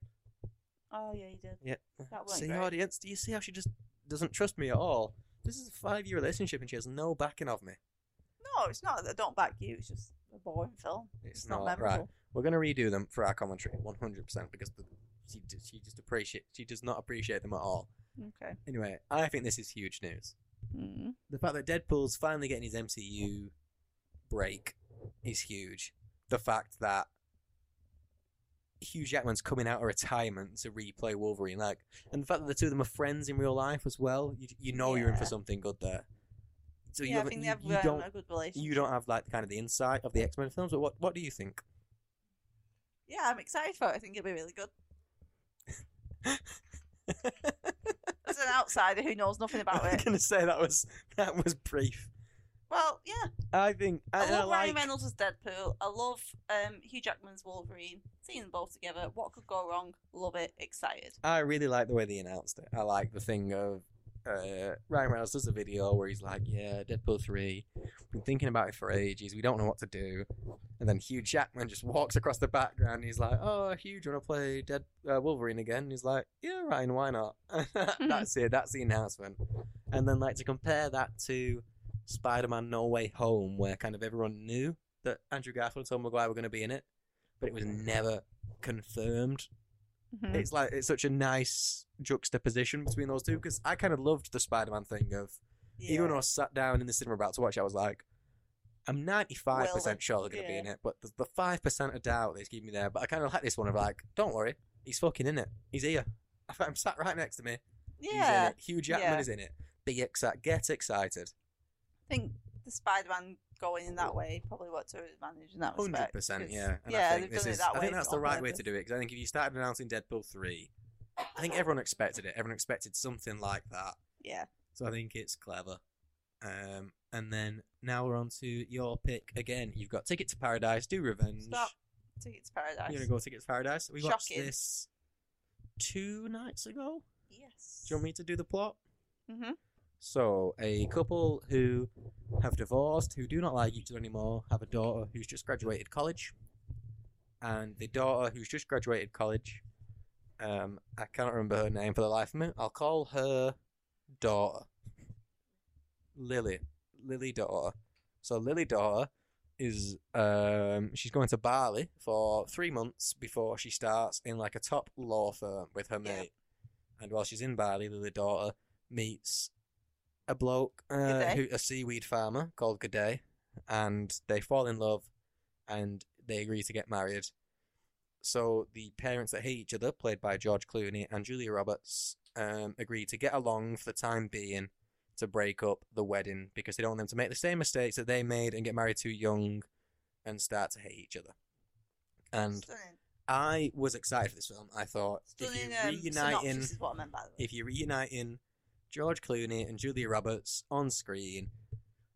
in.
Oh yeah, you did. That weren't
See,
great.
audience, do you see how she just doesn't trust me at all? This is a five-year relationship, and she has no backing of me.
No, it's not. that I don't back you. It's just a boring film.
It's
It's not,
not, right.
memorable.
We're gonna redo them for our commentary, one hundred percent, because the, she d- she just appreciate she does not appreciate them at all.
Okay.
Anyway, I think this is huge news.
Mm.
The fact that Deadpool's finally getting his MCU break is huge. The fact that Hugh Jackman's coming out of retirement to replay Wolverine, like, and the fact that the two of them are friends in real life as well, you, you know you're in for
Yeah.
something good there. So you,
yeah, I
haven't-
think they
you,
have
you
um,
don't
a good relationship.
you don't have like kind of the insight of the X Men films. But what what do you think?
Yeah, I'm excited for it. I think it'll be really good. As an outsider who knows nothing about
I'm
it.
gonna say that was that was brief.
Well, yeah.
I think I,
I,
I
love
like
Ryan Reynolds as Deadpool. I love um, Hugh Jackman's Wolverine. Seeing them both together, what could go wrong? Love it. Excited.
I really like the way they announced it. I like the thing of uh, Ryan Reynolds does a video where he's like, "Yeah, Deadpool three. We've been thinking about it for ages. We don't know what to do." And then Hugh Jackman just walks across the background. And he's like, "Oh, Hugh, do you want to play Dead uh, Wolverine again?" And he's like, "Yeah, Ryan, why not?" that's it. That's the announcement. And then like to compare that to Spider-Man: No Way Home, where kind of everyone knew that Andrew Garfield and Tom McGuire were going to be in it, but it was never confirmed
Mm.
it's like it's such a nice juxtaposition between those two because I kind of loved the Spider-Man thing of
Yeah.
even when I was sat down in the cinema about to watch, it, I was like, I'm 95
Well,
percent sure they're going to
yeah.
be in it, but the- the five percent of doubt they've given me there. But I kind of like this one of like, don't worry, he's fucking in it, he's here. I'm sat right next to me. He's in
yeah.
it. Hugh Jackman
Yeah.
is in it. Be excited. Get excited.
I think the Spider-Man going in that way probably worked to his advantage in that respect.
Hundred percent,
'cause-
yeah. And
yeah,
I think
they've
this
done it
is.
that
I
way
think that's the
on
right way to
purpose.
do it because I think if you started announcing Deadpool three, I think everyone expected it. Everyone expected something like that.
Yeah.
So I think it's clever. Um, and then now we're on to your pick again. You've got Ticket to Paradise, Do Revenge.
Stop. Ticket to Paradise.
You're gonna go Ticket to Paradise. We watched
Shocking.
this two nights ago.
Yes.
Do you want me to do the plot?
Mm-hmm.
So, a couple who have divorced, who do not like each other anymore, have a daughter who's just graduated college. And the daughter who's just graduated college, um, I cannot remember her name for the life of me. I'll call her daughter. Lily. Lily daughter. So, Lily daughter is um, she's going to Bali for three months before she starts in like a top law firm with her
Yeah.
mate. And while she's in Bali, Lily daughter meets a bloke, uh,
G'day.
who, a seaweed farmer called G'day, and they fall in love, and they agree to get married. So the parents that hate each other, played by George Clooney and Julia Roberts, um, agree to get along for the time being to break up the wedding because they don't want them to make the same mistakes that they made and get married too young and start to hate each other. And
Stunning.
I was excited for this film. I thought if
Stunning.
you're
um,
reuniting
synopsis is what I meant by the way.
if you're reuniting George Clooney and Julia Roberts on screen,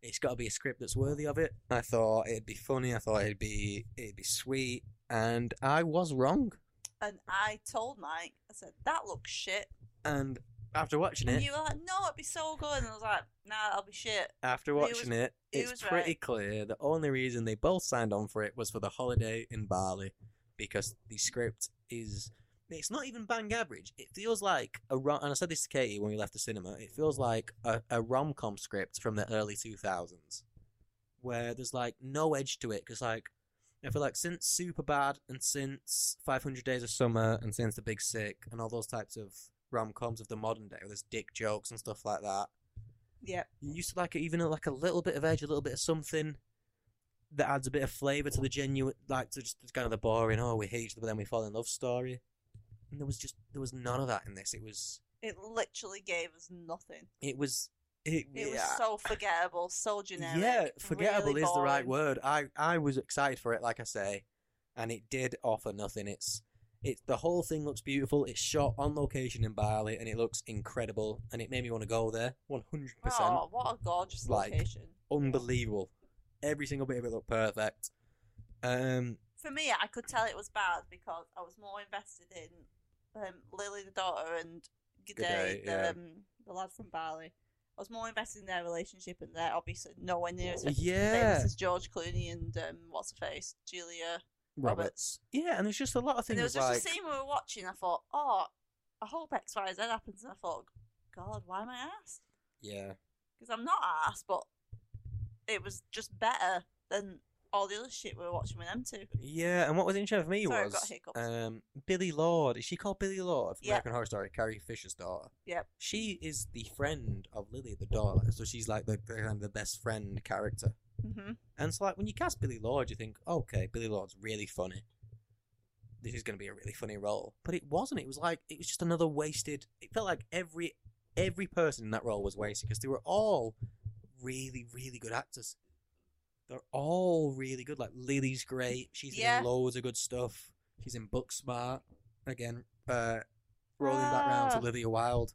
it's got to be a script that's worthy of it. I thought it'd be funny. I thought it'd be it'd be sweet, and I was wrong.
And I told Mike, I said that looks shit.
And after watching
And
it,
you were like, no, it'd be so good. And I was like, nah, that'll be shit.
after
was-
watching it,
he
it's
was
pretty
right.
clear the only reason they both signed on for it was for the holiday in Bali, because the script is. It's not even bang average. It feels like a rom- and I said this to Katie when we left the cinema. It feels like a, a rom com script from the early two thousands, where there's like no edge to it. Because like I feel like since Superbad and since Five Hundred Days of Summer and since The Big Sick and all those types of rom coms of the modern day, where there's dick jokes and stuff like that,
Yeah.
you used to like even like a little bit of edge, a little bit of something that adds a bit of flavour to the genuine, like to just kind of the boring. Oh, we hate each other, but then we fall in love story. And there was just there was none of that in this. It was
It literally gave us nothing.
it was it,
It
yeah.
was so forgettable, so generic.
Yeah, forgettable
really
is the right
boring.
word. I I was excited for it, like I say, and it did offer nothing. It's It's the whole thing looks beautiful. It's shot on location in Bali, and it looks incredible. And it made me want to go there. One hundred percent,
Oh, what a gorgeous
Like-
location.
unbelievable. Every single bit of it looked perfect. Um,
For me, I could tell it was bad because I was more invested in um, Lily, the daughter, and G'day,
G'day,
the,
yeah.
um, the lad from Bali. I was more invested in their relationship, and they're obviously nowhere near as
yeah,
famous as George Clooney and um, what's her face, Julia.
Roberts. Yeah, and there's just a lot of things
And there was just
like.
a scene we were watching. I thought, oh, I hope X, Y, Z happens. And I thought, God, why am I asked?
Yeah,
Because I'm not asked, but it was just better than all the other shit we were watching with them two.
yeah, and what was interesting for me
Sorry, I've got
was
hiccups.
um, Billy Lord. Is she called Billy Lord from
Yeah.
American Horror Story? Carrie Fisher's daughter.
Yep.
She is the friend of Lily, the daughter. So she's like the the, kind of the best friend character.
hmm
And so, like, when you cast Billy Lord, you think, okay, Billy Lord's really funny. This is going to be a really funny role. But it wasn't. It was like, it was just another wasted. It felt like every every person in that role was wasted because they were all really, really good actors. They're all really good. Like, Lily's great. She's
Yeah.
in loads of good stuff. She's in Booksmart. Again, uh, rolling back round to
Ah.
Olivia Wilde.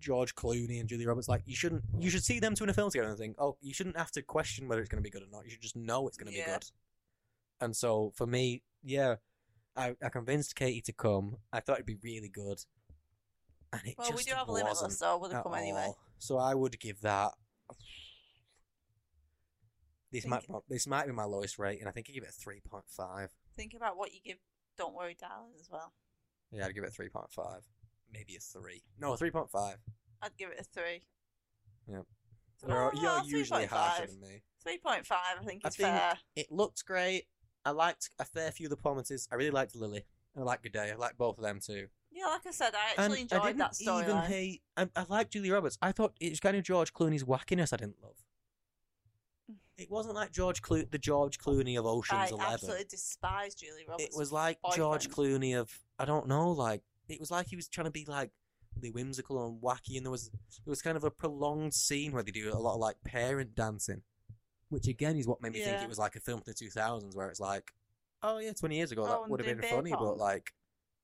George Clooney and Julia Roberts, like you shouldn't, you should see them two in a film together and think, oh, you shouldn't have to question whether it's going to be good or not. You should just know it's going to be
Yeah.
good. And so for me, yeah, I, I convinced Katie to come. I thought it'd be really good, and it
Well,
just
we do have
wasn't
Limitless, so it would
at
have come anyway.
all. So I would give that. This
Think-
might prob- this might be my lowest rate, and I think I give it a three point five.
Think about what you give Don't Worry Darling as well.
Yeah, I'd give it a three point five, maybe a three. No, three point five.
I'd give it a 3.
Yep.
Oh,
You're,
no,
you're usually
3.5.
harsher than me.
3.5, I think,
I
is
think-
fair.
It looked great. I liked a fair few of the performances. I really liked Lily. I liked G'day. I liked both of them too.
Yeah, like I said, I
And
actually
I
enjoyed
didn't
that
even
storyline.
hate. I, I liked Julie Roberts. I thought it was kind of George Clooney's wackiness. I didn't love. It wasn't like George Clo- the George Clooney of
Mm. I
Ocean's Eleven.
absolutely despise Julie Roberts.
It was like George Clooney of I don't know. Like it was like he was trying to be like the whimsical and wacky, and there was there was kind of a prolonged scene where they do a lot of like parent dancing, which again is what made me think
Yeah.
it was like a film from the two thousands, where it's like, oh yeah, twenty years ago
Oh,
that
and
would have
doing
been
beer
funny, but
pong.
like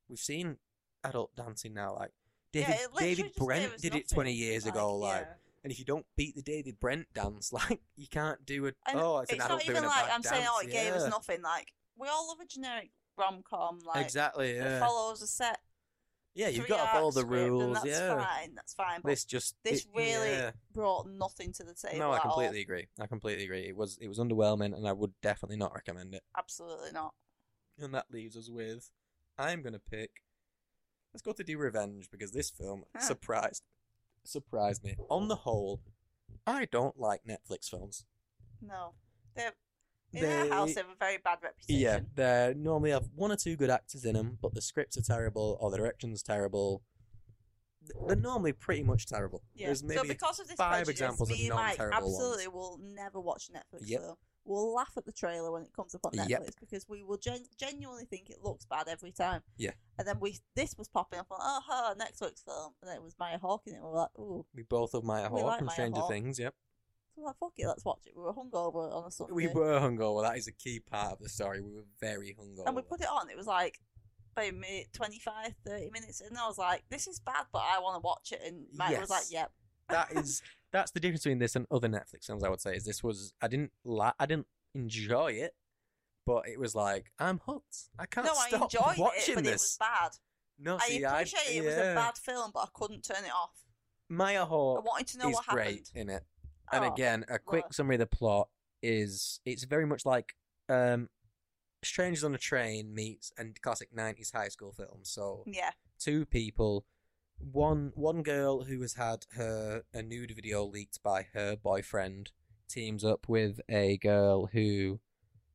we've seen adult dancing now, like.
Yeah,
David,
it literally
David
just gave
Brent
us
did it
nothing,
20 years ago, like,
yeah.
and if you don't beat the David Brent dance, like, you can't do it.
And
Oh, it's,
it's
an adult
not even
doing a
like
bad
I'm saying, oh, it
dance,
gave us
yeah.
nothing. Like, we all love a generic rom com, like,
exactly,
that
yeah.
follows a set.
Yeah, you've
three
got to follow
arc
the
script, and
rules.
That's
Yeah,
fine, that's fine. But
this just
this
it-
really
yeah.
brought nothing to the table.
No, I
at all.
completely agree. I completely agree. It was it was underwhelming, and I would definitely not recommend it.
Absolutely not.
And that leaves us with, I'm gonna pick. Let's go to Do Revenge because this film
Huh.
surprised surprised me. On the whole, I don't like Netflix films.
No. They're, in their house, they have a very bad reputation.
Yeah, they normally have one or two good actors in them, but the scripts are terrible or the direction's terrible. They're normally pretty much terrible.
Yeah.
There's
so
maybe
because of this
five
prejudice,
examples of
me and Mike
non-terrible ones.
absolutely will never watch a Netflix
Yep.
film. We'll laugh at the trailer when it comes up on Netflix
Yep.
because we will gen- genuinely think it looks bad every time.
Yeah.
And then we this was popping up on oh huh, Netflix film and then it was Maya Hawke in it. and We were like, ooh,
we both have Maya
We
Hawke
like
from
Maya
Stranger
Hawke.
Things. Yep.
so we're like fuck it, let's watch it. We were hungover on a Sunday.
We were hungover. That is a key part of the story. We were very hungover.
and we put it on. It was like about mi- 25, 30 minutes, and I was like, "This is bad, but I want to watch it." And Mike was like,
Yes.
"Yep,
that is that's the difference between this and other Netflix films. I would say is this was I didn't la- I didn't enjoy it, but it was like I'm hooked. I can't
no, I
stop
enjoyed
watching
it, but it was
this.
bad.
no,
I
see,
appreciate it was
yeah.
a bad film, but I couldn't turn it off.
Maya
I
Hawke
wanted to know
is
what happened.
great in it. And
Oh,
again, a quick
love.
summary of the plot is it's very much like um, Strangers on a Train meets and classic '90s high school film. So
yeah,
two people. One one girl who has had her a nude video leaked by her boyfriend teams up with a girl who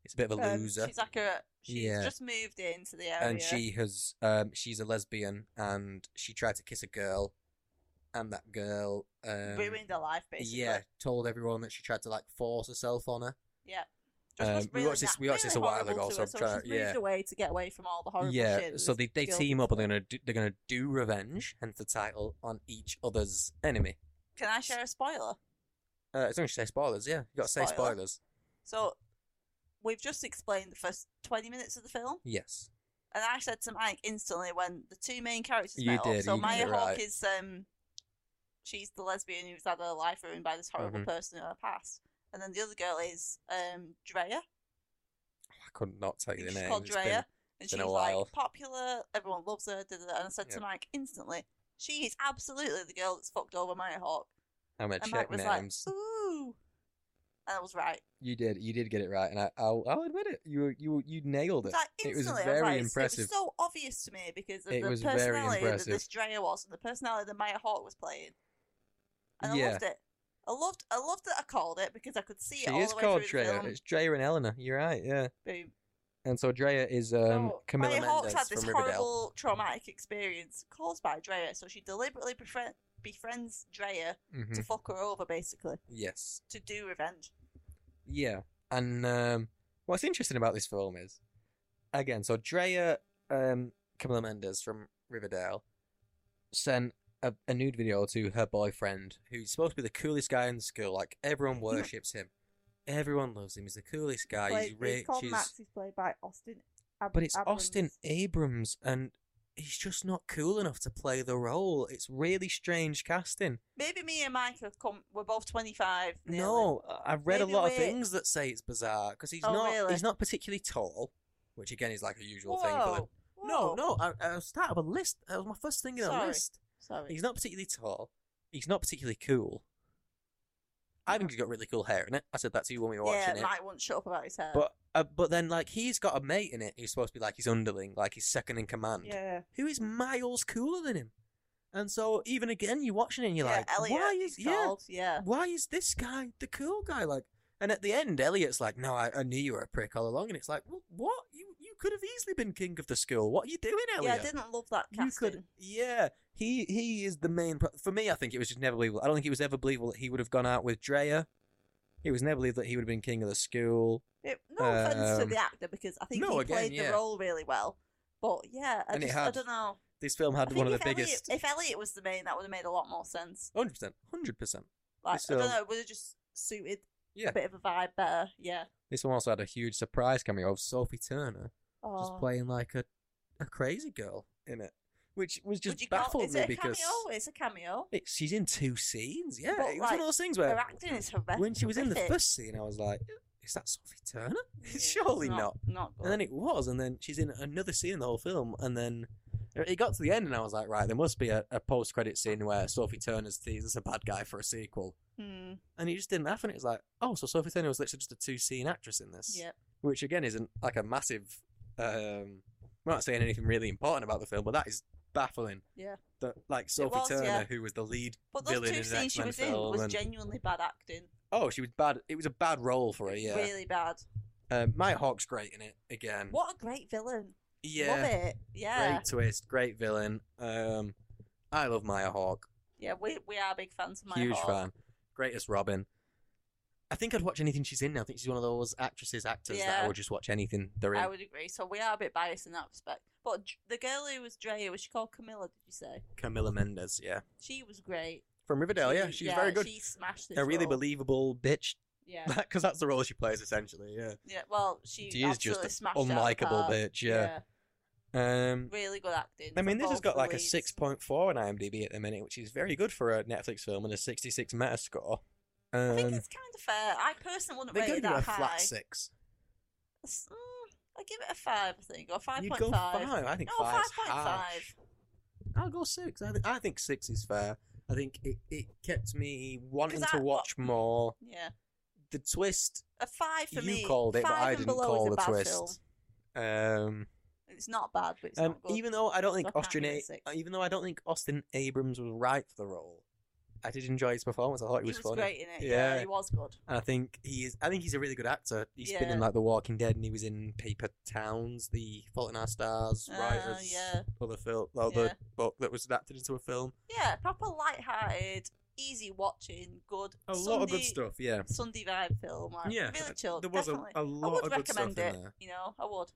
is a bit of a
um,
loser,
she's like a she's
Yeah.
just moved into the area,
and she has um she's a lesbian and she tried to kiss a girl, and that girl um
ruined her life basically.
yeah told everyone that she tried to like force herself on her.
yeah.
Um,
was
we
really
watched this-
na-
we watched this a
really
while
horrible
ago,
to
so
her,
I'm trying to-
she's moved
yeah.
away to get away from all the horrible
yeah,
shit. that
so
was
they, they
built
team up
into
and they're gonna do, they're gonna do revenge, hence the title on each other's enemy.
her. Can I share a spoiler?
Uh, as long as you say spoilers, yeah, you got to say
Spoiler.
spoilers.
So we've just explained the first twenty minutes of the film.
Yes.
And I said to Mike instantly when the two main characters
You
met up.
did,
So
you got
Maya
it
Hawke
right.
is um, she's the lesbian who's had her life ruined by this horrible
Mhm.
person in her past, and then the other girl is um Drea.
I could not tell
I
you
think
the
she's
name.
called
it's been-
Drea, and
been
she's
a while.
like popular. Everyone loves her. da, da, da. And I said to
Yeah.
Mike instantly, she is absolutely the girl that's fucked over Maya Hawke.
I'm gonna
And
check
Mike was
names.
like, ooh, and I was right.
You did. You did get it right, and I, I'll, I'll admit it. You were- you were- you nailed it.
Like
it was
instantly, I
very
like, It
impressive.
was so obvious to me because of
It
the
was very
personality that
impressive.
this Drea was and the personality that Maya Hawke was playing, and
Yeah.
I loved it. I loved, I loved that I called it because I could see
she
it all
is
the way
called
through
Drea.
the film.
It's Drea and Eleanor. You're right. Yeah.
Boom.
And so Drea is um,
Oh,
Camilla
Maya
Mendes
Hawke's had this
from Riverdale.
horrible traumatic experience caused by Drea, so she deliberately befri- befriends Drea
Mhm.
to fuck her over, basically
Yes.
to do revenge.
Yeah. And um, what's interesting about this film is, again, so Drea um, Camilla Mendes from Riverdale sent a, a nude video to her boyfriend, who's supposed to be the coolest guy in school. Like everyone worships him, everyone loves him. He's the coolest guy.
Played-
he's rich.
called
he's
Max. He's played by Austin. Ab-
but it's Austin Abrams,
Abrams.
and he's just not cool enough to play the role. It's really strange casting.
Maybe me and Mike have come. We're both twenty-five. nearly.
No, I- I've read
Maybe
a lot of
we're-
things that say it's bizarre because he's
Oh,
not
really?
he's not particularly tall, which again is like a usual thing for them. No,
Whoa.
no, I, I started with a list. That was my first thing in a
Sorry.
list.
Sorry.
He's not particularly tall. He's not particularly cool. I think he's got really cool hair in it. I said that to you when we were
yeah,
watching it.
Mike won't shut up about his hair.
But uh, but then like he's got a mate in it who's supposed to be like his underling, like his second in command
yeah,
who is miles cooler than him. And so even again, you're watching it and you're
yeah,
like,
Elliot,
why
he's
is yeah,
called, yeah.
why is this guy the cool guy? Like, and at the end, Elliot's like, no, I, I knew you were a prick all along. And it's like, well, what? You you could have easily been king of the school. What are you doing,
Yeah,
Elliot?
I didn't love that
you
casting.
could, yeah. He he is the main. Pro- For me, I think it was just never believable. I don't think it was ever believable that he would have gone out with Drea. It was never believable that he would have been king of the school.
It, no offense to
Um,
the actor because I think
no,
he
again,
played
yeah.
the role really well. But yeah, I,
And it
just, I
had
don't know.
This film
I
had
think
one of
if
the biggest.
Elliot, if Elliot was the main, that would have made a lot more sense.
Hundred percent, hundred percent.
Like
This
I
film-
don't know, it would have just suited
Yeah.
a bit of a vibe better. Yeah.
This one also had a huge surprise cameo of Sophie Turner just
Oh.
playing like a, a crazy girl in it, which was
Would
just
you call-
baffled
is
me
it a
because
cameo? It's a cameo.
it, she's in two scenes. Yeah,
But,
it was one
like,
of those things
Her
where
acting is horrific.
when she was in the
horrific.
first scene, I was like, "Is that Sophie Turner?"
Yeah, it's
Surely not.
not. Not.
And then
good.
it was, and then she's in another scene in the whole film, and then it got to the end, and I was like, "Right, there must be a, a post-credit scene where Sophie Turner's teased as a bad guy for a sequel."
Hmm,
And it just didn't happen. It was like, "Oh, so Sophie Turner was literally just a two-scene actress in this."
Yep.
which again isn't like a massive. Um, we're not saying anything really important about the film, but that is baffling.
Yeah.
That like Sophie
was,
Turner,
yeah.
who was the lead
But those
villain
two
in the
scenes she
X-Men
was in
film,
was
and-
genuinely bad acting.
oh, she was bad. It was a bad role for her. Yeah.
Really bad.
Um, Maya Hawke's great in it again.
What a great villain.
Yeah.
Love it. Yeah.
Great twist. Great villain. Um, I love Maya Hawke.
Yeah, we, we are big fans of Maya
Huge
Hawke.
fan. Greatest Robin. I think I'd watch anything she's in now. I think she's one of those actresses, actors that I
Yeah.
would just watch anything they're in.
I would agree. So we are a bit biased in that respect. But Dr- the girl who was Drea, was she called Camilla, did you say?
Camilla Mendes, yeah.
She was great.
From Riverdale,
She-
yeah. She's very good.
She smashed this
a really
role.
believable bitch
Yeah.
because that's the role she plays essentially. Yeah,
Yeah, well, she,
she is just
absolutely
an
smashed it out of the
unlikable
park.
bitch. Yeah. Um,
Really good acting.
I
from
mean, this has
both
got
the
like a
leads.
six point four on IMDb at the minute, which is very good for a Netflix film and a sixty six Metascore. Um,
I think it's kind of fair. I personally wouldn't
they
rate
go
it
to
that
a
high.
flat six.
S- mm, I give it a five, I think, or five
You'd
point
go
five.
five. I think
No,
five's
5.5.
harsh. I'll go six. I, th- I think six is fair. I think it, it kept me wanting
Because
to
I-
watch more.
Yeah,
The twist
a five for
you
me.
called it,
five
but I
and
didn't
below is
call
a
the
bad
twist.
Film.
Um,
It's not bad, but it's
Um,
not good.
even oh, though I don't think
So I can't
Austin,
give it a
A-
six.
even though I don't think Austin Abrams was right for the role, I did enjoy his performance. I thought he was,
he was
funny,
great in it. Yeah.
Yeah.
he was good.
and I think he is. I think he's a really good actor. He's been in
Yeah.
like The Walking Dead, and he was in Paper Towns, The Fault in Our Stars,
Ah,
Writers,
yeah.
other film, well,
Yeah.
the book that was adapted into a film.
Yeah, proper light-hearted, easy watching, good.
A
Sunday,
lot of good stuff. Yeah,
Sunday vibe film. Like,
yeah.
really chilled.
there was a,
definitely.
a
I
lot
would
of good stuff
recommend
in
it.
there.
You know, I would.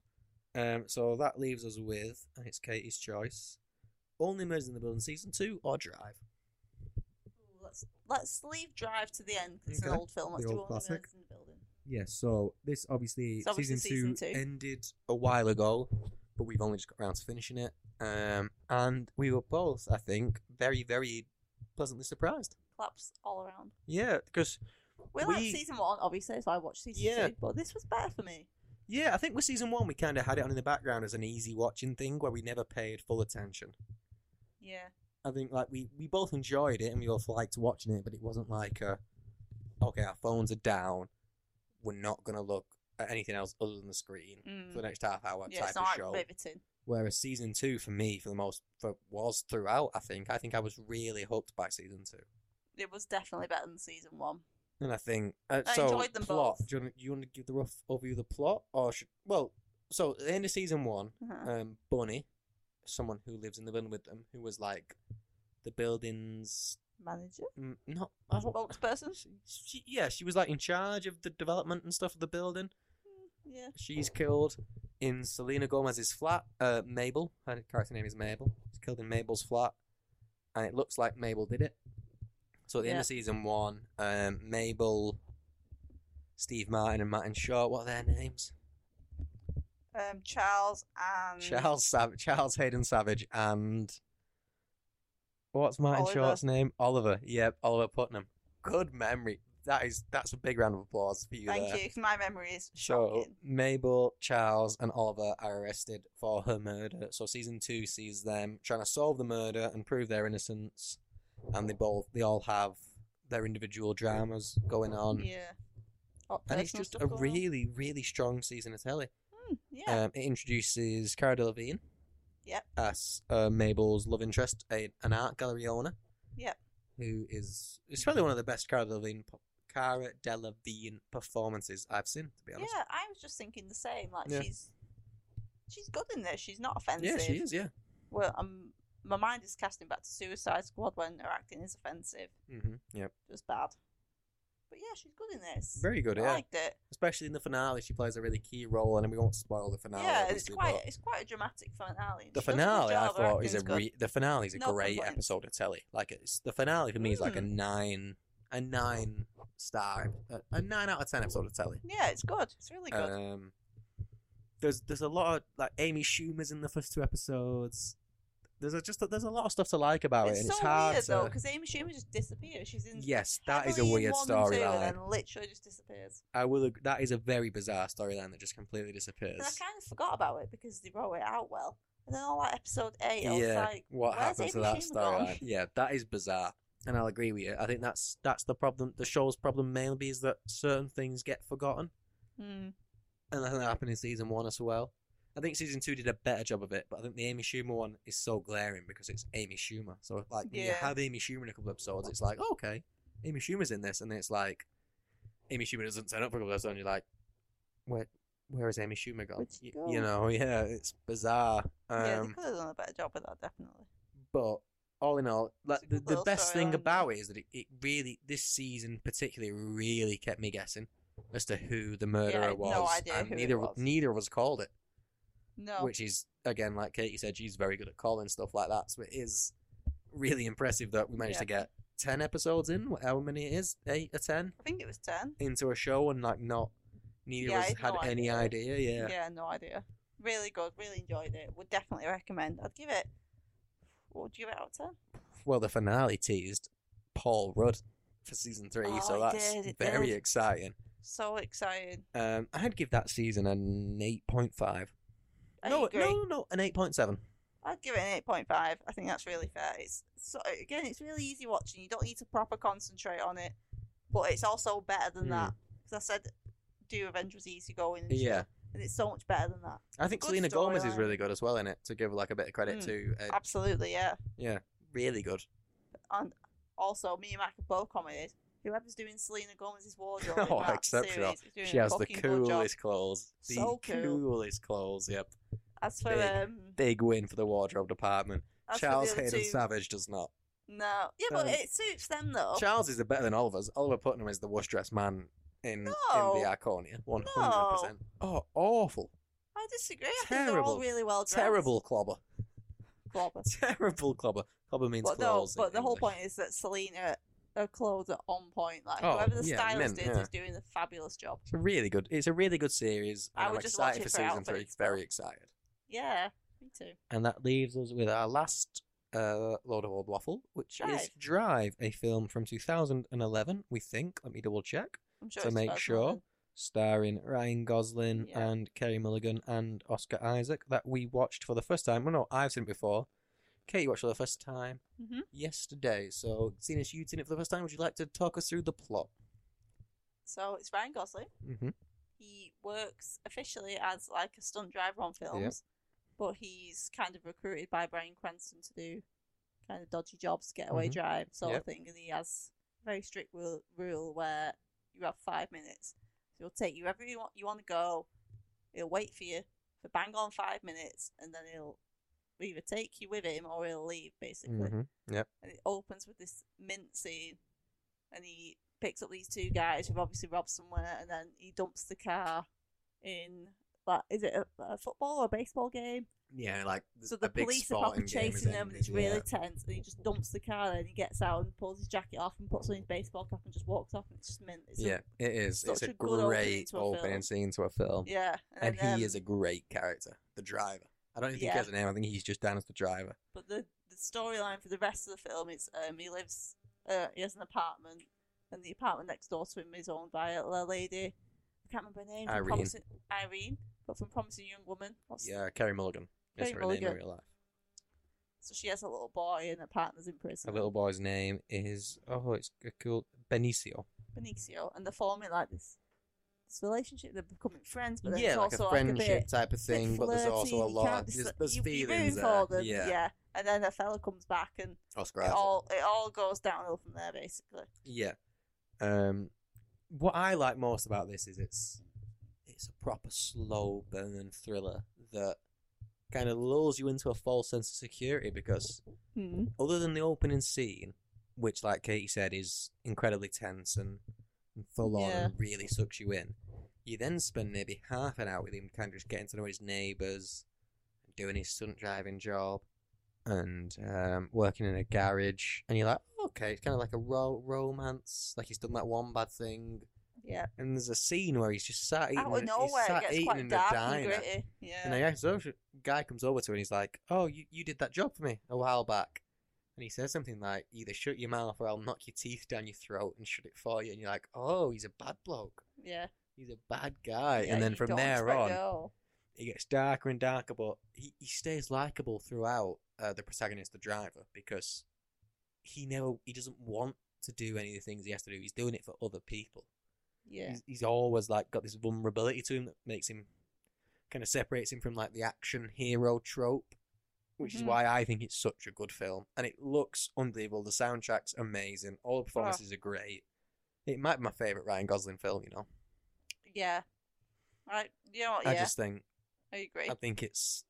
Um, so that leaves us with, and it's Katie's choice: Only Murders in the Building, season two, or Drive.
Let's let's leave Drive to the end 'cause it's
Okay.
an old film. Let's
The
do
old
all
classic.
the in the building.
Yes, so this obviously,
It's obviously
season, two,
season two.
ended a while ago but we've only just got around to finishing it. Um, and we were both, I think, very, very pleasantly surprised.
Claps all around.
Yeah, because
We, liked
We-
season one, obviously, so I watched season
Yeah.
two, but this was better for me.
yeah, I think with season one we kind of had it on in the background as an easy watching thing where we never paid full attention.
Yeah.
I think like we we both enjoyed it and we both liked watching it, but it wasn't like a, okay, our phones are down, we're not gonna look at anything else other than the screen
Mm.
for the next half hour
yeah,
type
it's not
of show.
like riveting.
Whereas season two for me, for the most, for, was throughout. I think I think I was really hooked by season two,
It was definitely better than season one.
and I think uh,
I
so.
enjoyed them
plot.
both.
Do you, want, you want to give the rough overview of the plot, or should, well, so at the end of season one,
Uh-huh.
um, Bunny, someone who lives in the building with them, who was like the building's
Manager?
mm, not. I don't-
Spokesperson?
she, she, yeah, she was like in charge of the development and stuff of the building.
Yeah.
She's killed in Selena Gomez's flat. Uh, Mabel, her character name is Mabel. She's killed in Mabel's flat, and it looks like Mabel did it. So at the end
Yeah.
of season one, um, Mabel, Steve Martin, and Martin Short. What are their names?
Um, Charles and
Charles Sav- Charles Hayden Savage, and what's Martin
Oliver.
Short's name? Oliver. Yep, Oliver Putnam. Good memory. That is that's a big round of applause for you.
Thank
there.
you, 'cause my memory is
So
shocking.
Mabel, Charles, and Oliver are arrested for her murder. So season two sees them trying to solve the murder and prove their innocence, and they both they all have their individual dramas going on,
yeah. Got
and it's
personal
just
stuff
a
going on.
really really strong season of telly.
Hmm, yeah.
Um, it introduces Cara Delevingne.
Yep.
As uh, Mabel's love interest, a, an art gallery owner.
Yep.
Who is it's probably one of the best Cara Delevingne po- Cara Delevingne performances I've seen. To be honest.
yeah, I was just thinking the same. Like
Yeah.
she's she's good in this. She's not offensive.
Yeah, she is. Yeah.
Well, um, my mind is casting back to Suicide Squad when her acting is offensive,
Mm-hmm. Yep.
just bad. But yeah, she's good in this.
Very good,
I
yeah.
liked it.
Especially in the finale, she plays a really key role, and we won't spoil the finale.
yeah, it's
obviously,
quite
but
it's quite a dramatic finale. and
The
she does a good
finale, I
job, her
thought, is a
acting's good.
re- the finale is a
No
great
complaints.
episode of telly. Like it's the finale for me is like
Hmm.
a nine, a nine star, a, a nine out of ten episode of telly.
yeah, it's good. It's really good.
Um, there's there's a lot of like Amy Schumer's in the first two episodes. There's a, just a, there's a lot of stuff to like about
it's
it, oh, and
so
it's hard
weird
to.
though, because Amy Schumer just disappears. She's in
yes, that is a
heavily in
weird
one and two,
storyline.
and then literally just disappears.
I will. ag- That is a very bizarre storyline that just completely disappears.
And I kind of forgot about it because they wrote it out well. And then all like episode eight, I was like,
what
"Where's
happened to
Amy
that
Schumer gone?"
storyline? Yeah, that is bizarre, and I'll agree with you. I think that's that's the problem. The show's problem maybe is that certain things get forgotten,
Hmm.
and I think that happened in season one as well. I think season two did a better job of it, but I think the Amy Schumer one is so glaring because it's Amy Schumer. So like when you
Yeah.
have Amy Schumer in a couple of episodes, it's like oh, okay, Amy Schumer's in this, and then it's like Amy Schumer doesn't turn up for a couple of episodes, and you're like, where where has Amy Schumer gone?
Where'd she
Y-
go?
You know, yeah, it's bizarre. Um,
yeah, they could have done a better job with that, definitely.
but all in all, like
a
the,
good
the
little
best thing
storyline,
about it is that it, it really this season particularly really kept me guessing as to who the murderer
I had no
was,
idea
and
who it
neither
was.
neither of us called it,
No,
which is again like Katie said, she's very good at calling stuff like that, so it is really impressive that we managed
Yeah.
to get ten episodes in, however many it is, eight or ten,
I think it was ten.
into a show and like not neither
Yeah,
of
I
us
had
had
no
any idea.
idea.
yeah.
Yeah. no idea. Really good. Really enjoyed it. Would definitely recommend. I'd give it. What would you give it out of ten?
well, the finale teased Paul Rudd for season three,
Oh,
so
it
that's
did, it
very
did.
exciting.
So excited.
Um, I'd give that season an eight point five.
I
no,
agree.
no, no, no, an eight point seven.
I'd give it an eight point five. I think that's really fair. It's so again, it's really easy watching. You don't need to proper concentrate on it, but it's also better than
Hmm.
that. 'Cause I said, "Do Avengers easy going?" And
Yeah,
shit, and it's so much better than that.
I think
Good
Selena Gomez is
storyline.
really good as well in it. To give like a bit of credit
Mm.
to, uh,
Absolutely, yeah.
yeah, really good.
Also, me and Mike have both commented. Whoever's doing Selena Gomez's wardrobe, in
Oh,
that
exceptional.
series is doing
She
a
has the
fucking good job.
coolest clothes. The
So cool.
coolest clothes. Yep,
As for
big-
um,
big win for the wardrobe department.
as for the
Charles
other
Hayden
two,
Savage does not.
No, yeah, but
Um,
it suits them though.
Charles is better than Oliver's. Oliver Putnam is the worst dressed man in,
No.
in the Iconia. One hundred percent. Oh, awful,
I disagree. I think they're all
Terrible.
really well dressed.
terrible clobber,
Clobber.
terrible clobber. Clobber means
But no,
claws. in
but the whole
English.
point is that Selena, her clothes are on point. Like
Oh,
whoever the
yeah,
stylist
mint,
is,
yeah.
is doing a fabulous job.
It's a really good. It's a really good series.
I
and I'm
would just
excited
watch
for
it for
season three.
outfits, though.
Very excited.
Yeah, me too.
And that leaves us with our last uh, Lord of Old Waffle, which is
Drive.
Drive, a film from 2011, we think. Let me double check.
I'm sure.
To
it's
make
2011.
Starring Ryan Gosling
Yeah.
and Kerry Mulligan and Oscar Isaac, that we watched for the first time. Well, no, I've seen it before. Kate watched for the first time
Mhm.
yesterday. So, seeing as you'd seen it for the first time, would you like to talk us through the plot?
So it's Ryan Gosling.
Mm-hmm.
He works officially as like a stunt driver on films, but he's kind of recruited by Brian Cranston to do kind of dodgy jobs, getaway
Mhm.
drive sort
Yep.
of thing. And he has a very strict rule, rule where you have five minutes. So he'll take you wherever you want, you want to go. He'll wait for you for bang on five minutes, and then he'll either take you with him or he'll leave basically
Mm-hmm.
and it opens with this mint scene, and he picks up these two guys who've obviously robbed somewhere, and then he dumps the car in. Like, is it a, a football or a baseball game?
Yeah, like
So the police are
sporting
probably
game is
chasing them, and
ended,
it's really
yeah.
tense. And he just dumps the car, and he gets out and pulls his jacket off and puts on his baseball cap and just walks off. And it's just mint. It's a-
Yeah, it is. It's
such
a
a good opening
great
to a
opening
film.
scene to a film.
yeah.
And
then,
he
um,
is a great character, the driver. I don't think he
Yeah.
has a name. I think he's just down as the driver.
But the, the storyline for the rest of the film is um, he lives, uh, he has an apartment, and the apartment next door to him is owned by a la lady. I can't remember her name. from
Irene.
Promising, Irene, but from Promising Young Woman. What's
Yeah, Kerry Mulligan. That's
Kerry
her name in
Mulligan.
real life.
So she has a little boy, and her partner's in prison.
The little boy's name is oh, it's a cool Benicio.
Benicio, and they're forming like this this relationship. They're becoming friends, but then
yeah,
it's
like
also
a friendship
like a bit
type of thing, but there's
flirty,
also
you
a lot
can't
of
just-
there's, there's
you- you root
feelings
for
there.
them,
yeah.
And then a fella comes back, and
Oscar
it
Isaac.
all it all goes downhill from there, basically.
Yeah. Um, what I like most about this is it's it's a proper slow burn thriller that kind of lulls you into a false sense of security because
Hmm.
other than the opening scene, which, like Katie said, is incredibly tense and, and full on and really sucks you in, you then spend maybe half an hour with him, kind of just getting to know his neighbours, doing his stunt driving job, and um, working in a garage. And you're like, "Oh, okay, it's kind of like a ro- romance. Like he's done that one bad thing.
Yeah.
And there's a scene where he's just sat eating,
Out of
he's
nowhere,
sat
it gets
eating
quite
in
dark
a
and
diner.
gritty. Yeah.
And the ex social guy comes over to her and he's like, Oh, you, you did that job for me a while back. And he says something like, Either shut your mouth or I'll knock your teeth down your throat and shut it for you. And you're like, Oh, he's a bad bloke.
Yeah.
He's a bad guy.
Yeah,
and then
you
from
don't
there
expect
on,
it at all.
it gets darker and darker, but he, he stays likable throughout uh, the protagonist, the driver, because he never, he doesn't want to do any of the things he has to do. He's doing it for other people
Yeah.
he's, he's always like got this vulnerability to him that makes him kind of separates him from like the action hero trope which is
Mhm.
why i think it's such a good film and it looks unbelievable the soundtrack's amazing all
Oh.
the performances are great it might be my favorite ryan gosling film you know
Yeah. I, you know what,
i
yeah,
just think
I agree.
i think it's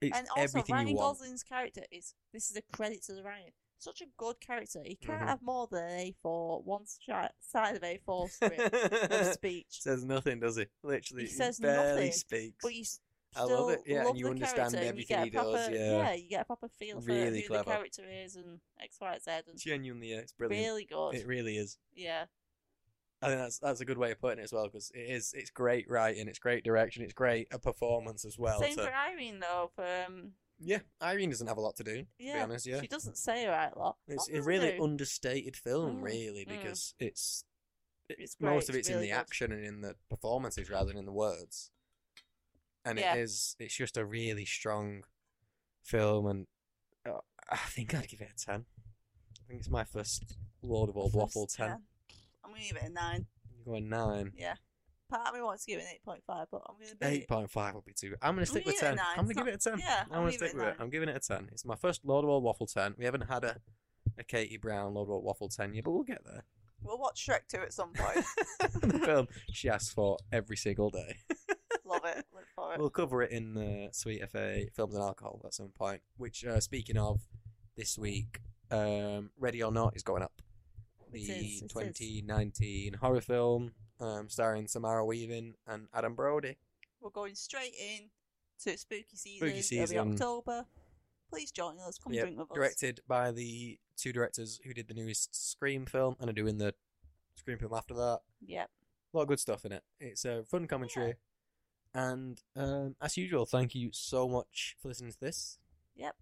it's
and also,
everything
Ryan
you want
Gosling's character is this is a credit to the Ryan. Such a good character. He can't
Mhm.
have more than an A4, one shi- side of A4 script of speech.
says nothing does he literally
He says
barely
nothing,
speaks
But you s-
I
still
love it, yeah, and
love
you
the
understand
character and you
everything
get
he
a
does,
proper,
yeah.
you get a proper feel for
Really
who
clever.
the character is and X, Y, Z. And
it's genuinely yeah, it's brilliant
really good.
it really is
yeah.
I think that's that's a good way of putting it as well because it is it's great writing, it's great direction, it's great a performance as well.
Same
so-
for Irene, though. For, um,
yeah, Irene doesn't have a lot to do.
yeah,
to be honest, yeah,
She doesn't say a right lot.
it's
What
a
does
really
do?
understated film,
Mm,
really,
mm.
because it's it-
It's
most
great,
of it's
it's
in
really
the
good.
action and in the performances rather than in the words, and
Yeah.
it is it's just a really strong film, and uh, I think I'd give it a ten. I think it's my first Lord of Old Waffle
First
ten.
I'm gonna give it a nine.
You go a nine.
Yeah. Part of me wants to give it an eight point five, but I'm gonna be
Eight point five would be too. I'm gonna stick
gonna
with
give it
ten.
a nine.
I'm gonna
It's
give
not-
it a ten. I'm
Yeah, I'll
gonna
give
stick
a
with it.
nine.
I'm giving it a ten. It's my first Lord of All Waffle ten. We haven't had a, a Katie Brown Lord of All Waffle ten yet, but we'll get there.
We'll watch Shrek two at some point.
the film she asks for every single day.
Love it. Look for it.
We'll cover it in the Sweet FA Films and Alcohol at some point. Which, uh, speaking of, this week, um, Ready or Not is going up. The
It is, it is.
2019 horror film um, starring Samara Weaving and Adam Brody.
We're going straight in to spooky season.
Spooky
It'll
season.
be October. Please join us. Come
Yep,
drink with us.
directed by the two directors who did the newest Scream film and are doing the Scream film after that.
Yep.
A lot of good stuff in it. It's a fun uh, commentary, And um, as usual, thank you so much for listening to this.
Yep.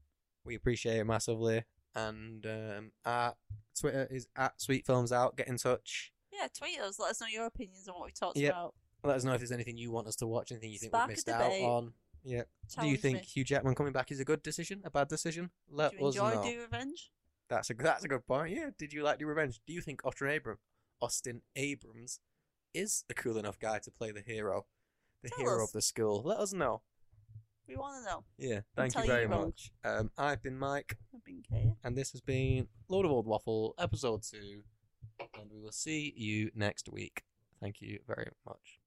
We appreciate it massively. And um, our Twitter is at Sweet Films Out. Get in touch.
Yeah, tweet us. Let us know your opinions on what we talked
Yep.
about.
Let us know if there's anything you want us to watch, anything you think
Spark a
we've missed out
debate.
on. Yeah. Do you
Challenge
think
me.
Hugh Jackman coming back is a good decision, a bad decision? Let
Do you
us
enjoy
know.
Do Revenge?
That's a that's a good point. Yeah. Did you like Do Revenge? Do you think Austin Abram, Austin Abrams, is a cool enough guy to play the hero, the
Tell
hero
us.
of the school? Let us know.
We want to know.
Yeah. Thank you
tell you
very
wrong.
much. Um, I've been Mike,
I've been Kaya.
and this has been Load of Old Waffle, episode two, and we will see you next week. Thank you very much.